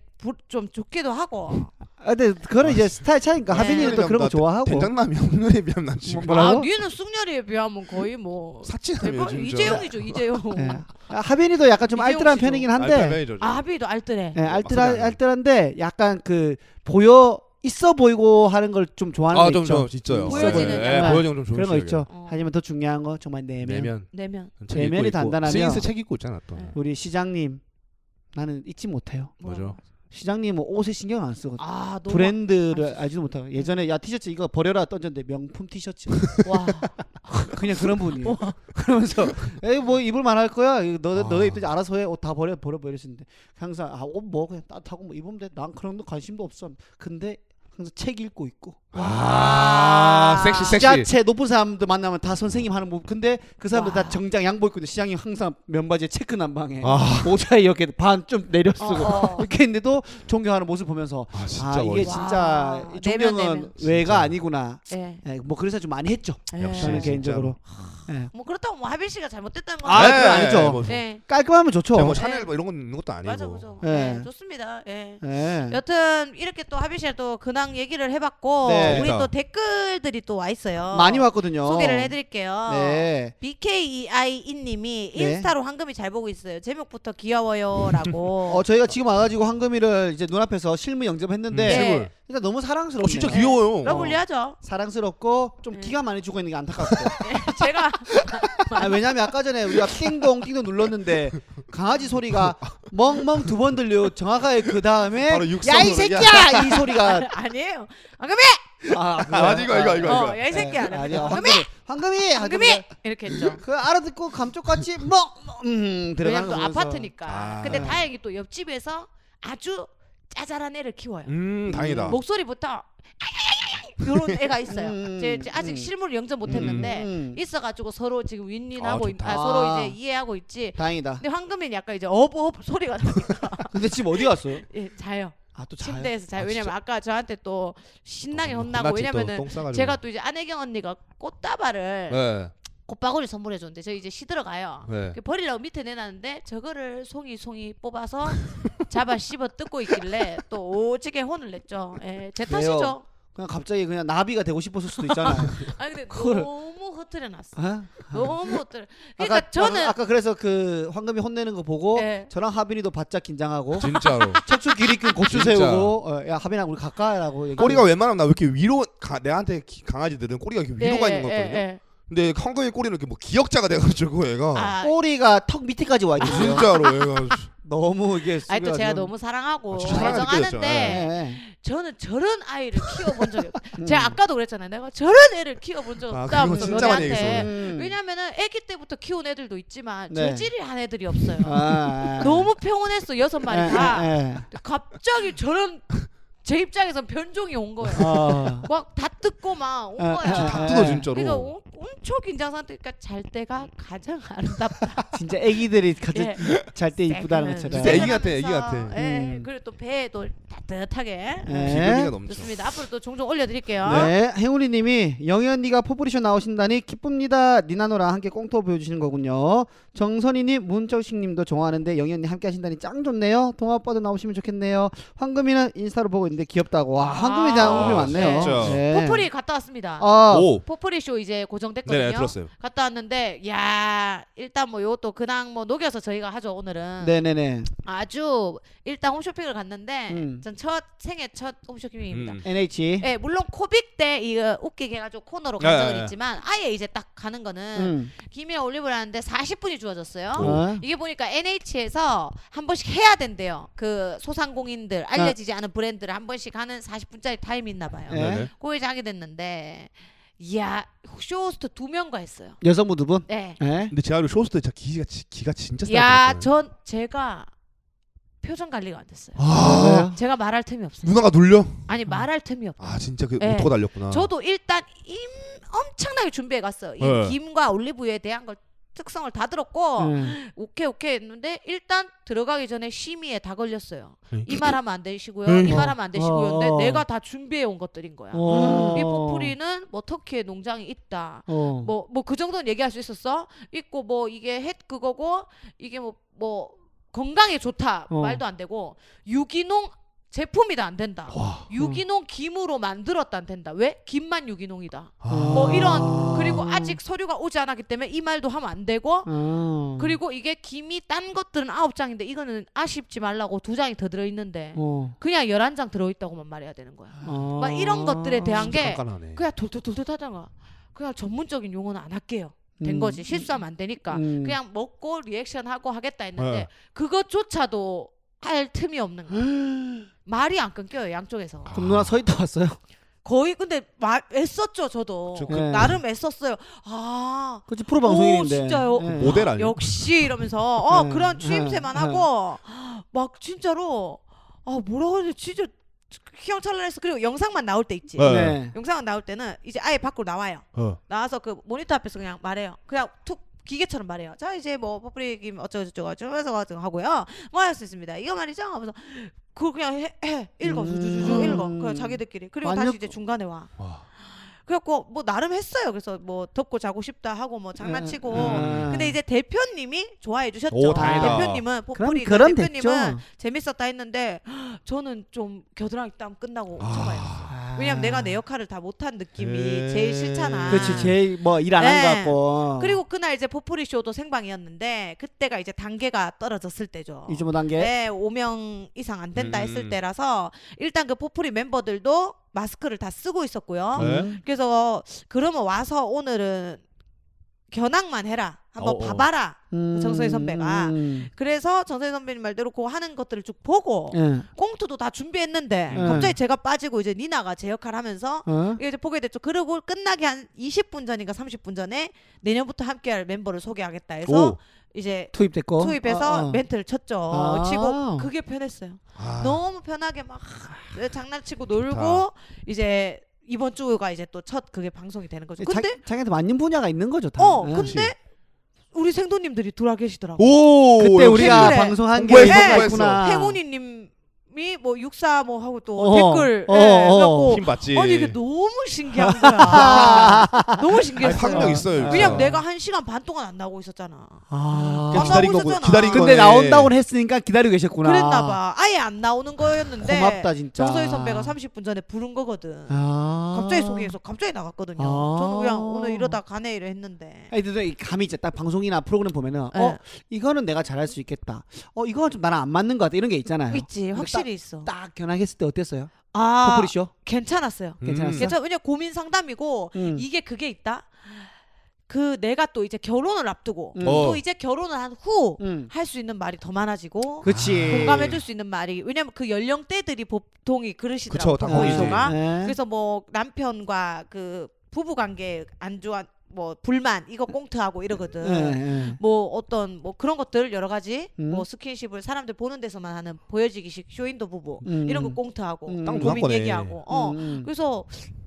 Speaker 2: 좀 좋기도 하고
Speaker 1: 아, 근데 그거는 이제 스타일 차이니까
Speaker 2: 예.
Speaker 1: 하빈이는 또 그런 거
Speaker 3: 나
Speaker 1: 좋아하고.
Speaker 3: 된장남이 없는에 비하면 난 지금
Speaker 1: 뭐, 뭐라고?
Speaker 2: 아 니는 쑥녀리에 비하면 거의 뭐
Speaker 3: 네, 사치남이에요,
Speaker 2: 대박
Speaker 3: 진짜.
Speaker 2: 이재용이죠 이재용
Speaker 1: 예. 아, 하빈이도 약간 좀
Speaker 2: 그 이재용
Speaker 1: 알뜰한
Speaker 2: 씨도.
Speaker 1: 편이긴
Speaker 3: 아,
Speaker 1: 한데.
Speaker 3: 당연히죠,
Speaker 2: 아 하빈이도 알뜰해
Speaker 1: 예,
Speaker 3: 맞아요.
Speaker 1: 알뜰한 알뜰한데 약간 그 보여 있어 보이고 하는 걸 좀 좋아하는 거
Speaker 3: 좀,
Speaker 1: 있죠.
Speaker 3: 좀 있어요.
Speaker 2: 보여지는
Speaker 3: 예,
Speaker 1: 약간
Speaker 3: 보여지는 좀 좋은
Speaker 1: 그런 거
Speaker 3: 스타일이에요.
Speaker 1: 있죠.
Speaker 2: 어.
Speaker 1: 하지만 더 중요한 건 정말 내면.
Speaker 3: 내면
Speaker 2: 내면
Speaker 3: 책 읽고
Speaker 1: 내면이
Speaker 3: 있고.
Speaker 1: 단단하면- 음.
Speaker 3: 스윙스 책 읽고 있잖아 또.
Speaker 2: 네.
Speaker 1: 우리 시장님 나는 잊지 못해요.
Speaker 3: 뭐죠?
Speaker 1: 시장님은 옷에 신경 안 쓰거든.
Speaker 2: 아 너무
Speaker 1: 브랜드를
Speaker 2: 아,
Speaker 1: 알지도 못하고 예전에 야 티셔츠 이거 버려라 던졌는데 명품 티셔츠
Speaker 2: 와
Speaker 1: 그냥 그런 분이에요. 그러면서 에이 뭐 입을 만할 거야. 너
Speaker 3: 아.
Speaker 1: 너의 입든지 알아서 해. 옷 다 버려 버려 버렸는데 항상 아 옷 뭐 그냥 따뜻하고 뭐 입으면 돼. 난 그런 거 관심도 없어. 근데 항상 책 읽고 있고
Speaker 3: 아, 섹시 섹시.
Speaker 1: 시자체 높은 사람들 만나면 다 선생님 하는 뭐 근데 그 사람들
Speaker 2: 와.
Speaker 1: 다 정장 양복 입고 있는데 시장님 항상 면바지에 체크 난방에
Speaker 3: 아,
Speaker 1: 모자에 이렇게 반 좀 내려
Speaker 2: 어,
Speaker 1: 쓰고
Speaker 2: 어.
Speaker 1: 이렇게 했는데도 존경하는 모습 보면서
Speaker 3: 아 진짜
Speaker 1: 아 이게
Speaker 3: 멋있어.
Speaker 1: 진짜
Speaker 2: 와,
Speaker 1: 이
Speaker 2: 내면,
Speaker 1: 존경은
Speaker 2: 내면.
Speaker 1: 외가
Speaker 3: 진짜.
Speaker 1: 아니구나.
Speaker 2: 예.
Speaker 1: 예, 뭐 그런 생각 좀 많이 했죠.
Speaker 2: 예.
Speaker 3: 역시.
Speaker 1: 저는
Speaker 3: 네, 진짜로.
Speaker 1: 개인적으로
Speaker 2: 뭐 그렇다고 뭐 하빈 씨가 잘못됐다는 건
Speaker 1: 아,
Speaker 2: 아니고.
Speaker 1: 그건 아니죠.
Speaker 3: 뭐,
Speaker 2: 예
Speaker 1: 깔끔하면 좋죠.
Speaker 3: 제가 뭐 샤넬 뭐 이런 건 있는 것도 아니고.
Speaker 2: 맞아 그죠
Speaker 1: 예.
Speaker 2: 예, 좋습니다 예
Speaker 1: 예.
Speaker 2: 여튼 이렇게 또 하빈 씨랑 또 근황 얘기를 해봤고
Speaker 1: 네.
Speaker 2: 우리
Speaker 3: 그러니까.
Speaker 2: 또 댓글들이 또 와 있어요
Speaker 1: 많이 왔거든요.
Speaker 2: 소개를 해드릴게요
Speaker 1: 네.
Speaker 2: BKEI님이
Speaker 1: 네.
Speaker 2: 인스타로 황금이 잘 보고 있어요. 제목부터 귀여워요라고.
Speaker 1: 어 저희가 지금 와가지고 황금이를 이제 눈앞에서 실무 영접했는데 예.
Speaker 2: 네. 실물.
Speaker 1: 일단 너무 사랑스럽네요.
Speaker 3: 음, 어, 진짜 귀여워요.
Speaker 2: 러블리하죠.
Speaker 1: 사랑스럽고 좀
Speaker 2: 네.
Speaker 1: 기가 많이 죽어 있는 게 안타깝고.
Speaker 2: 제가
Speaker 1: 아, 왜냐면 아까 전에 우리가 띵동 띵동 눌렀는데 강아지 소리가 멍멍 두 번 들려 정확하게 그 다음에
Speaker 3: 바로 육성으로,
Speaker 1: 야 이 새끼야 이 소리가
Speaker 2: 아니에요. 황금이,
Speaker 1: 아, 그거야.
Speaker 3: 아, 이거, 이거, 이거, 이거.
Speaker 2: 어, 야이 새끼야.
Speaker 1: 아, 아니야
Speaker 2: 황금이,
Speaker 1: 황금이 황금이
Speaker 2: 황금이 이렇게 했죠.
Speaker 1: 그 알아듣고 감쪽같이 뭐음
Speaker 2: 왜냐면
Speaker 1: 들어가는 거
Speaker 2: 또
Speaker 1: 보면서.
Speaker 2: 아파트니까.
Speaker 3: 아.
Speaker 2: 근데 다행히 또 옆집에서 아주 짜잘한 애를 키워요.
Speaker 3: 음, 다행이다.
Speaker 2: 목소리부터 이런 애가 있어요.
Speaker 1: 음,
Speaker 2: 제, 제 아직
Speaker 1: 음.
Speaker 2: 실물 영접 못했는데
Speaker 1: 음.
Speaker 2: 있어가지고 서로 지금 윈윈하고
Speaker 3: 아,
Speaker 2: 있-
Speaker 3: 좋다.
Speaker 2: 아, 서로
Speaker 1: 아.
Speaker 2: 이제 이해하고 있지.
Speaker 1: 다행이다.
Speaker 2: 근데 황금이는 약간 이제 어버업 소리가 나니까
Speaker 1: 근데 지금 어디 갔어요?
Speaker 2: 예, 자요.
Speaker 1: 아 또 자요.
Speaker 2: 침대에서 자요.
Speaker 1: 아,
Speaker 2: 왜냐면 아까 저한테 또 신나게 혼나고
Speaker 3: 혼났지, 음, 또
Speaker 2: 왜냐면은
Speaker 3: 똥 싸가지고.
Speaker 2: 제가 또 이제 안혜경 언니가 꽃다발을
Speaker 3: 네.
Speaker 2: 꽃바구니 선물해 줬는데 저 이제 시들어 가요. 그
Speaker 3: 네.
Speaker 2: 버리려고 밑에 내놨는데 저거를 송이송이 뽑아서 잡아 씹어 뜯고 있길래 또 오지게 혼을 냈죠. 예, 제
Speaker 1: 왜요?
Speaker 2: 탓이죠.
Speaker 1: 그냥 갑자기 그냥 나비가 되고 싶었을 수도 있잖아요.
Speaker 2: 아 근데
Speaker 1: 그걸-
Speaker 2: 너무 흐트려 놨어.
Speaker 1: 아?
Speaker 2: 너무 흐트려. 그러니까 저는
Speaker 1: 어, 아까, 아까 그래서 그 황금이 혼내는 거 보고
Speaker 2: 예.
Speaker 1: 저랑 하빈이도 바짝 긴장하고
Speaker 3: 진짜로.
Speaker 1: 척추 길이끈 고추
Speaker 3: 진짜.
Speaker 1: 세우고 어, 야 하빈아 우리 가까이라고 얘기하고.
Speaker 3: 꼬리가 웬만하면 나 왜 이렇게 위로 가, 내한테 기- 강아지들은 꼬리가 이렇게 위로가
Speaker 2: 네, 예,
Speaker 3: 있는 거거든요. 근데 황금이 꼬리는 이렇게 뭐 기역자가 돼가지고 얘가
Speaker 2: 아,
Speaker 1: 꼬리가 턱 밑에까지 와 있어요.
Speaker 3: 진짜로 얘가
Speaker 1: 너무 이게
Speaker 2: 아니 또 제가
Speaker 1: 숙여가지고.
Speaker 2: 너무 네. 사랑하고
Speaker 3: 아, 진짜 사랑하는
Speaker 2: 애정하는데
Speaker 3: 느껴졌죠.
Speaker 1: 예.
Speaker 2: 저는 저런 아이를 키워본 적이 없어요.
Speaker 1: 음.
Speaker 2: 제가 아까도 그랬잖아요. 내가 저런 애를 키워본 적
Speaker 3: 아,
Speaker 2: 없다고
Speaker 3: 그거 진짜 많이
Speaker 2: 너네한테.
Speaker 1: 음.
Speaker 2: 왜냐면은 아기 때부터 키운 애들도 있지만
Speaker 1: 네.
Speaker 2: 저질이 한 애들이 없어요.
Speaker 1: 아, 예.
Speaker 2: 너무 평온했어 여섯
Speaker 1: 예,
Speaker 2: 마리 다.
Speaker 1: 예, 예.
Speaker 2: 갑자기 저런 제 입장에선 변종이 온 거예요.
Speaker 1: 아.
Speaker 2: 막 다 뜯고 막 온
Speaker 1: 아, 아,
Speaker 2: 거야.
Speaker 1: 아.
Speaker 3: 다 뜯어
Speaker 2: 그러니까
Speaker 3: 진짜로.
Speaker 2: 어- 엄청 긴장 상태니까 그러니까 잘 때가 가장 아름답다.
Speaker 1: 진짜 애기들이 같이
Speaker 2: 예.
Speaker 1: 잘 때 이쁘다는
Speaker 2: 네.
Speaker 1: 것처럼.
Speaker 3: 진짜 애기 같아, 애기
Speaker 2: 생각하면서,
Speaker 3: 같아.
Speaker 2: 예.
Speaker 1: 음.
Speaker 2: 그리고 또 배에도 따뜻하게.
Speaker 1: 예.
Speaker 3: 비교미가 넘쳐.
Speaker 2: 좋습니다. 앞으로 또 종종 올려드릴게요.
Speaker 1: 네, 행운이님이 영현이가 포프리쇼 나오신다니 기쁩니다. 니나노랑 함께 꽁토 보여주시는 거군요. 정선이님, 문정식님도 좋아하는데 영현이 함께 하신다니 짱 좋네요. 동아 오빠도 나오시면 좋겠네요. 황금이는 인스타로 보고 있는데 귀엽다고. 와, 황금이 대한
Speaker 3: 아,
Speaker 1: 황금이 많네요.
Speaker 3: 진짜.
Speaker 1: 네.
Speaker 2: 포프리 갔다 왔습니다.
Speaker 1: 아,
Speaker 3: 오.
Speaker 2: 포프리 쇼 이제 고정됐거든요.
Speaker 3: 네네 들었어요.
Speaker 2: 갔다 왔는데 야 일단 뭐 요것도 그냥 뭐 녹여서 저희가 하죠 오늘은
Speaker 1: 네네네.
Speaker 2: 아주 일단 홈쇼핑을 갔는데
Speaker 1: 음.
Speaker 2: 전 첫 생애 첫 홈쇼핑입니다.
Speaker 3: 음.
Speaker 1: NH.
Speaker 2: 예, 물론 코빅 때 이거 웃기게 해가지고 코너로
Speaker 3: 예,
Speaker 2: 간
Speaker 3: 예,
Speaker 2: 적은
Speaker 3: 예.
Speaker 2: 있지만 아예 이제 딱 가는 거는
Speaker 1: 음.
Speaker 2: 김이랑 올리브를 하는데 40분이 주어졌어요.
Speaker 3: 오.
Speaker 1: 어?
Speaker 2: 이게 보니까 NH에서 한 번씩 해야 된대요. 그
Speaker 1: 네.
Speaker 2: 소상공인들 알려지지 않은 브랜드를 한 번씩 하는 40분짜리 타임이 있나 봐요.
Speaker 1: 예.
Speaker 3: 네네.
Speaker 2: 그거 이제 하게 됐는데 이야 쇼호스트 두 명과 했어요.
Speaker 1: 여성부 두 분.
Speaker 2: 네.
Speaker 1: 예.
Speaker 3: 근데 제가 쇼스 때 진짜 기가 지- 기가 진짜
Speaker 2: 야,
Speaker 3: 세요
Speaker 2: 전 제가 표정 관리가 안 됐어요.
Speaker 3: 아
Speaker 1: 그래요?
Speaker 2: 제가 말할 틈이 없어요.
Speaker 3: 누나가 눌려?
Speaker 2: 아니 말할 틈이 없.
Speaker 3: 아 진짜 그
Speaker 2: 네.
Speaker 3: 오토가 달렸구나.
Speaker 2: 저도 일단 임 엄청나게 준비해 갔어요. 이
Speaker 3: 네.
Speaker 2: 김과 올리브유에 대한 걸 특성을 다 들었고
Speaker 1: 음.
Speaker 2: 오케이 오케이 했는데 일단 들어가기 전에 심의에 다 걸렸어요.
Speaker 3: 네.
Speaker 2: 이 말 하면 안 되시고요.
Speaker 3: 네.
Speaker 2: 이 말 하면 안 되시고요.
Speaker 1: 어.
Speaker 2: 근데 내가 다 준비해 온 것들인 거야.
Speaker 1: 어.
Speaker 2: 이 포프리는 뭐 터키에 농장이 있다.
Speaker 1: 어.
Speaker 2: 뭐 뭐 그 정도는 얘기할 수 있었어. 있고 뭐 이게 햇 그거고 이게 뭐 뭐 건강에 좋다
Speaker 1: 어.
Speaker 2: 말도 안 되고 유기농 제품이다 안 된다.
Speaker 3: 와.
Speaker 2: 유기농 김으로 만들었다 안 된다. 왜? 김만 유기농이다.
Speaker 3: 아.
Speaker 2: 뭐 이런 그리고 아직 서류가 오지 않았기 때문에 이 말도 하면 안 되고
Speaker 1: 아.
Speaker 2: 그리고 이게 김이 딴 것들은 아홉 장인데 이거는 아쉽지 말라고 두 장이 더 들어 있는데
Speaker 1: 어.
Speaker 2: 그냥 열한 장 들어 있다고만 말해야 되는 거야.
Speaker 1: 어. 아.
Speaker 2: 막 이런 것들에 대한 게
Speaker 3: 깐깐하네.
Speaker 2: 그냥 돌돌돌돌 하다가 그냥 전문적인 용어는 안 할게요.
Speaker 3: 음.
Speaker 2: 된 거지 실수하면 안 되니까
Speaker 1: 음.
Speaker 2: 그냥 먹고 리액션하고 하겠다 했는데
Speaker 3: 네.
Speaker 2: 그것조차도 할 틈이 없는 거야 말이 안 끊겨요 양쪽에서
Speaker 3: 아.
Speaker 1: 그럼 누나 서 있다 왔어요?
Speaker 2: 거의 근데 말 애썼죠 저도 네.
Speaker 3: 그쵸,
Speaker 1: 그-
Speaker 2: 나름 애썼어요 아
Speaker 1: 그렇지 프로 방송인인데.
Speaker 2: 진짜요?
Speaker 1: 예.
Speaker 3: 모델 아니야?
Speaker 2: 역시 이러면서 어
Speaker 1: 네,
Speaker 2: 그런 추임새만
Speaker 1: 네,
Speaker 2: 하고 막 진짜로 아 뭐라고 해야 되지 진짜 희영찬란해서 그리고 영상만 나올 때 있지
Speaker 3: 네.
Speaker 1: 네.
Speaker 2: 영상만 나올 때는 이제 아예 밖으로 나와요
Speaker 3: 어.
Speaker 2: 나와서 그 모니터 앞에서 그냥 말해요. 그냥 툭 기계처럼 말해요. 자 이제 뭐 퍼프리김 어쩌고저쩌고 하면서 가지고 하고요. 뭐 할 수 있습니다. 이거 말이죠. 하면서 그거 그냥 해, 해. 읽어 주주주주
Speaker 1: 음.
Speaker 2: 읽어. 그냥 자기들끼리 그리고
Speaker 1: 완전-
Speaker 2: 다시 이제 중간에 와.
Speaker 3: 와.
Speaker 2: 그래갖고 뭐 나름 했어요. 그래서 뭐 덮고 자고 싶다 하고 뭐 장난치고.
Speaker 3: 네.
Speaker 1: 음.
Speaker 2: 근데 이제 대표님이 좋아해 주셨죠.
Speaker 3: 오, 다행이다.
Speaker 2: 대표님은
Speaker 1: 그럼
Speaker 2: 포프리
Speaker 1: 그럼
Speaker 2: 대표님은
Speaker 1: 됐죠.
Speaker 2: 재밌었다 했는데 저는 좀 겨드랑이 땀 끝나고 엄청 가요.
Speaker 3: 아.
Speaker 2: 왜냐면 내가 내 역할을 다 못한 느낌이
Speaker 3: 에.
Speaker 2: 제일 싫잖아.
Speaker 1: 네. 그렇지 제일 뭐 일 안 한 것
Speaker 2: 네.
Speaker 1: 같고.
Speaker 2: 그리고 그날 이제 포프리 쇼도 생방이었는데 그때가 이제 단계가 떨어졌을 때죠.
Speaker 1: 이주모 단계.
Speaker 2: 네, 5명 이상 안 된다
Speaker 3: 음.
Speaker 2: 했을 때라서 일단 그 포프리 멤버들도 마스크를 다 쓰고 있었고요.
Speaker 3: 네.
Speaker 2: 그래서 그러면 와서 오늘은 견학만 해라. 한번
Speaker 3: 어, 어.
Speaker 2: 봐봐라.
Speaker 1: 음.
Speaker 2: 정선희 선배가.
Speaker 1: 음.
Speaker 2: 그래서 전세 선배님 말대로 그 하는 것들을 쭉 보고
Speaker 1: 예.
Speaker 2: 꽁트도 다 준비했는데
Speaker 1: 음.
Speaker 2: 갑자기 제가 빠지고 이제 니나가 제 역할 하면서
Speaker 1: 어?
Speaker 2: 이게 이제 보게 됐죠. 그리고 끝나기 한 20분 전인가 30분 전에 내년부터 함께할 멤버를 소개하겠다 해서
Speaker 3: 오.
Speaker 2: 이제
Speaker 1: 투입됐고.
Speaker 2: 투입해서
Speaker 1: 어, 어.
Speaker 2: 멘트를 쳤죠.
Speaker 1: 아.
Speaker 2: 치고 그게 편했어요.
Speaker 3: 아.
Speaker 2: 너무 편하게 막 아, 장난치고 놀고
Speaker 3: 좋다.
Speaker 2: 이제 이번 주가 이제 또 첫 그게 방송이 되는 거죠.
Speaker 1: 자-
Speaker 2: 근데
Speaker 1: 자기한테 맞는 분야가 있는 거죠. 다.
Speaker 2: 어
Speaker 1: 예.
Speaker 2: 근데 우리 생도님들이 들어와 계시더라고.
Speaker 3: 오.
Speaker 1: 그때 우리가
Speaker 2: 그래.
Speaker 1: 방송한 게
Speaker 3: 공부했어,
Speaker 1: 있었구나.
Speaker 3: 공부했어.
Speaker 2: 행운이님 뭐 육사 뭐 하고 또
Speaker 1: 아. 어허.
Speaker 2: 댓글
Speaker 1: 어허,
Speaker 2: 예,
Speaker 1: 어허.
Speaker 2: 해갖고
Speaker 3: 힘 받지.
Speaker 2: 아니 그 이게 너무 신기한 거야. 너무
Speaker 3: 아니,
Speaker 2: 신기했어요.
Speaker 3: 파급력 있어요.
Speaker 1: 그냥
Speaker 2: 왜냐면
Speaker 3: 진짜.
Speaker 2: 내가 한 시간 반 동안 안 나오고 있었잖아.
Speaker 1: 아.
Speaker 3: 그냥 기다린 거고
Speaker 2: 있었잖아.
Speaker 3: 기다린
Speaker 1: 근데
Speaker 3: 거네.
Speaker 1: 나온다고는 했으니까 기다리고 계셨구나.
Speaker 2: 그랬나 봐. 아예 안 나오는 거였는데
Speaker 1: 고맙다 진짜.
Speaker 2: 정서희 선배가 30분 전에 부른 거거든.
Speaker 1: 아.
Speaker 2: 갑자기 소개해서 갑자기 나갔거든요.
Speaker 1: 아.
Speaker 2: 저는 그냥 오늘 이러다 가네 이래 했는데.
Speaker 1: 아니 근데 이 감이 있죠. 딱 방송이나 프로그램 보면은
Speaker 2: 예.
Speaker 1: 어 이거는 내가 잘할 수 있겠다. 어 이거 좀 나랑 안 맞는 것 같아. 이런 게 있잖아요.
Speaker 2: 있지 확실히 있어.
Speaker 1: 딱 견학했을 때 어땠어요?
Speaker 2: 아
Speaker 1: 포프리쇼
Speaker 2: 괜찮았어요.
Speaker 3: 음.
Speaker 1: 괜찮았어?
Speaker 2: 괜찮 왜냐 고민 상담이고
Speaker 1: 음.
Speaker 2: 이게 그게 있다. 그 내가 또 이제 결혼을 앞두고
Speaker 1: 음.
Speaker 2: 또
Speaker 3: 어.
Speaker 2: 이제 결혼을 한 후 할 수
Speaker 1: 음.
Speaker 2: 있는 말이 더 많아지고
Speaker 1: 그치.
Speaker 2: 공감해줄 수 있는 말이 왜냐면 그 연령대들이 보통이 그러시더라고요.
Speaker 3: 그쵸, 다
Speaker 1: 거기지.
Speaker 2: 보이소가.
Speaker 1: 네.
Speaker 2: 아, 그래서 뭐 남편과 그 부부 관계 안 좋아 뭐 불만 이거 꽁트하고 이러거든.
Speaker 1: 네, 네.
Speaker 2: 뭐 어떤 뭐 그런 것들 여러 가지
Speaker 1: 음.
Speaker 2: 뭐 스킨십을 사람들 보는 데서만 하는 보여지기식 쇼인도 부부
Speaker 1: 음.
Speaker 2: 이런 거 꽁트하고
Speaker 1: 음.
Speaker 2: 딱
Speaker 1: 딱
Speaker 3: 누나
Speaker 2: 고민
Speaker 3: 거네.
Speaker 2: 얘기하고 어
Speaker 1: 음.
Speaker 2: 그래서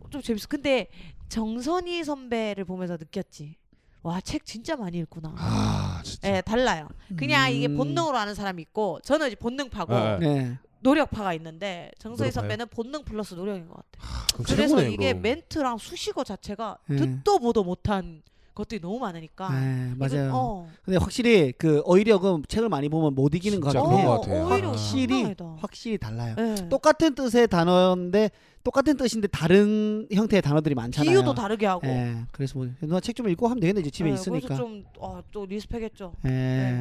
Speaker 2: 좀 재밌어 근데 정선희 선배를 보면서 느꼈지 와 책 진짜 많이 읽구나
Speaker 3: 아 진짜.
Speaker 2: 예 달라요 그냥 이게
Speaker 1: 음.
Speaker 2: 본능으로 하는 사람이 있고 저는 이제 본능파고
Speaker 3: 예, 예.
Speaker 1: 네.
Speaker 2: 노력파가 있는데 정선희
Speaker 3: 노력파요?
Speaker 2: 선배는 본능 플러스 노력인 것 같아
Speaker 3: 그럼
Speaker 2: 그래서
Speaker 3: 최고네,
Speaker 2: 이게
Speaker 3: 그럼.
Speaker 2: 멘트랑 수식어 자체가
Speaker 1: 예.
Speaker 2: 듣도 보도 못한 것들이 너무 많으니까
Speaker 1: 네,
Speaker 2: 이건-
Speaker 1: 맞아요.
Speaker 2: 어.
Speaker 1: 근데 확실히 그 어휘력은 책을 많이 보면 못 이기는 것
Speaker 3: 진짜
Speaker 1: 같긴
Speaker 3: 그런
Speaker 1: 해요.
Speaker 3: 것 같아요.
Speaker 2: 어, 오히려
Speaker 3: 아.
Speaker 1: 확실히
Speaker 2: 장난 아니다.
Speaker 1: 확실히 달라요.
Speaker 2: 예.
Speaker 1: 똑같은 뜻의 단어인데 똑같은 뜻인데 다른 형태의 단어들이 많잖아요.
Speaker 2: 비유도 다르게 하고.
Speaker 1: 예, 그래서 뭐 누나 책 좀 읽고 하면 되겠네 이제 집에
Speaker 2: 예,
Speaker 1: 있으니까.
Speaker 2: 그래서 좀또 리스펙했죠.
Speaker 1: 예.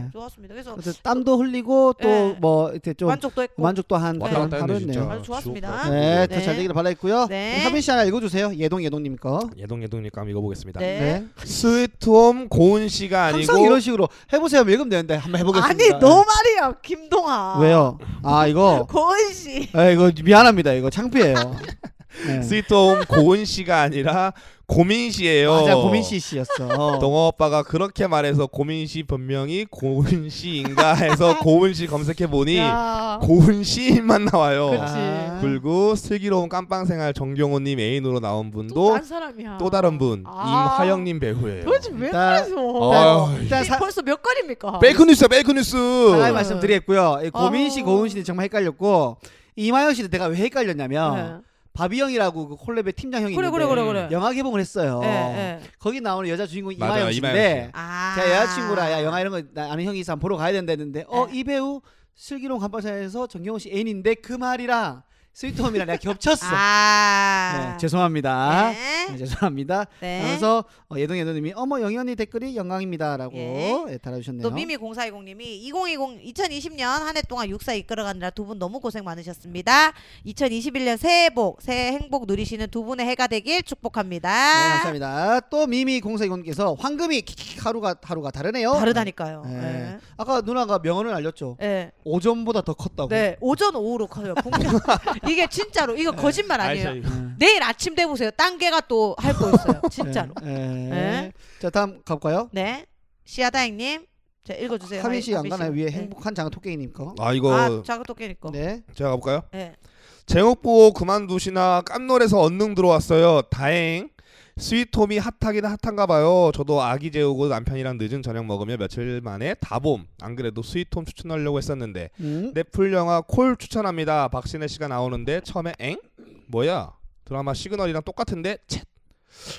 Speaker 2: 예. 좋았습니다. 그래서
Speaker 1: 그래서 땀도 흘리고
Speaker 2: 예.
Speaker 1: 또 뭐 이렇게 좀
Speaker 2: 만족도 했고.
Speaker 1: 만족도 한
Speaker 2: 왔다
Speaker 1: 그런
Speaker 3: 갔다 했네,
Speaker 1: 하루였네요.
Speaker 3: 진짜.
Speaker 2: 아주 좋았습니다.
Speaker 3: 지옥 같아.
Speaker 1: 네,
Speaker 2: 네.
Speaker 1: 더잘 되기를 바라겠고요.
Speaker 2: 네.
Speaker 1: 하빈 씨 하나 읽어주세요. 예동 예동님 거.
Speaker 3: 예동 예동이니까 한번 읽어보겠습니다.
Speaker 2: 네.
Speaker 3: 스위트홈 고은 씨가 아니고
Speaker 1: 항상 이런 식으로 해보세요. 하면 읽으면 되는데 한번 해보겠습니다.
Speaker 2: 아니 너 말이야 김동아.
Speaker 1: 왜요? 아 이거
Speaker 2: 고은 씨.
Speaker 1: 아, 이거 미안합니다. 이거 창피해요. 네.
Speaker 3: 스위트홈 고은 씨가 아니라 고민 씨예요.
Speaker 1: 맞아 고민 씨 씨였어. 어.
Speaker 3: 동호 오빠가 그렇게 말해서 고민 씨 본명이 고은 씨인가 해서 고은 씨 검색해 보니
Speaker 2: 야.
Speaker 3: 고은 씨만 나와요.
Speaker 2: 그치.
Speaker 3: 그리고 슬기로운 깜빵 생활 정경호님 애인으로 나온 분도
Speaker 2: 또딴 사람이야.
Speaker 3: 또 다른 분
Speaker 2: 아.
Speaker 3: 임화영님 배우예요.
Speaker 2: 도대체 왜
Speaker 1: 일단-
Speaker 2: 그래서?
Speaker 3: 어.
Speaker 1: 일단, 일단 사,
Speaker 2: 벌써 몇 건입니까?
Speaker 3: 페이크 그 뉴스야 페이크 뉴스.
Speaker 1: 사과의 말씀드리겠고요. 이 고민 씨,
Speaker 2: 어.
Speaker 1: 고은 씨는 정말 헷갈렸고 이마영 씨는 내가 왜 헷갈렸냐면
Speaker 2: 예.
Speaker 1: 바비 형이라고 그 콜랩의 팀장 형이
Speaker 2: 그래
Speaker 1: 있는데
Speaker 2: 그래 그래 그래.
Speaker 1: 영화 개봉을 했어요.
Speaker 2: 예, 예.
Speaker 1: 거기 나오는 여자 주인공
Speaker 3: 맞아요,
Speaker 1: 이마영
Speaker 3: 이마영
Speaker 1: 씨인데
Speaker 2: 아.
Speaker 1: 제가 여자친구라 야 영화 이런 거 나- 아는 형이 있어 한번 보러 가야 된다 했는데 어
Speaker 2: 네.
Speaker 1: 이 배우 슬기로운 간판사에서 정경호 씨 애인인데 그 말이랑 스위트홈이랑 내가 겹쳤어.
Speaker 2: 아.
Speaker 1: 네, 죄송합니다.
Speaker 2: 네.
Speaker 1: 네, 죄송합니다.
Speaker 2: 네.
Speaker 1: 하면서 어, 예동 예동님이 어머 영희 언니 댓글이 영광입니다라고
Speaker 2: 예.
Speaker 1: 예, 달아주셨네요.
Speaker 2: 또 미미 0420님이 2020 2020년 한 해 동안 육사 이끌어가느라 두 분 너무 고생 많으셨습니다. 2021년 새해 복, 새해 행복 누리시는 두 분의 해가 되길 축복합니다.
Speaker 1: 네, 감사합니다. 또 미미 공사이원께서 황금이 킥킥 하루가 하루가 다르네요.
Speaker 2: 다르다니까요.
Speaker 1: 네.
Speaker 2: 네.
Speaker 1: 아까 누나가 명언을 알렸죠.
Speaker 2: 네.
Speaker 1: 오전보다 더 컸다고.
Speaker 2: 네. 오전 오후로 커요. 분명. 이게 진짜로
Speaker 1: 네.
Speaker 2: 이거 거짓말 아니에요.
Speaker 3: 아니, 저-
Speaker 2: 내일 아침 돼 보세요. 딴 개가 또 할 거 있어요. 진짜로.
Speaker 1: 예, 예.
Speaker 2: 네.
Speaker 1: 자 다음 가볼까요?
Speaker 2: 네. 시아다잉 님. 자, 읽어 주세요.
Speaker 1: 하민 씨안 가나요? 위에
Speaker 2: 네.
Speaker 1: 행복한 장은 토끼님 거.
Speaker 3: 아 어. 이거
Speaker 2: 아, 자가 또 깨니까.
Speaker 1: 네.
Speaker 3: 제가 가볼까요?
Speaker 2: 네.
Speaker 3: 제목보고 그만두시나 깜놀해서 언능 들어왔어요. 다행. 스위트홈이 핫하긴 핫한가 봐요. 저도 아기 재우고 남편이랑 늦은 저녁 먹으며 며칠 만에 다봄. 안 그래도 스위트홈 추천하려고 했었는데
Speaker 1: 음.
Speaker 3: 넷플 영화 콜 추천합니다. 박신혜 씨가 나오는데 처음에 엥? 뭐야? 드라마 시그널이랑 똑같은데 챗.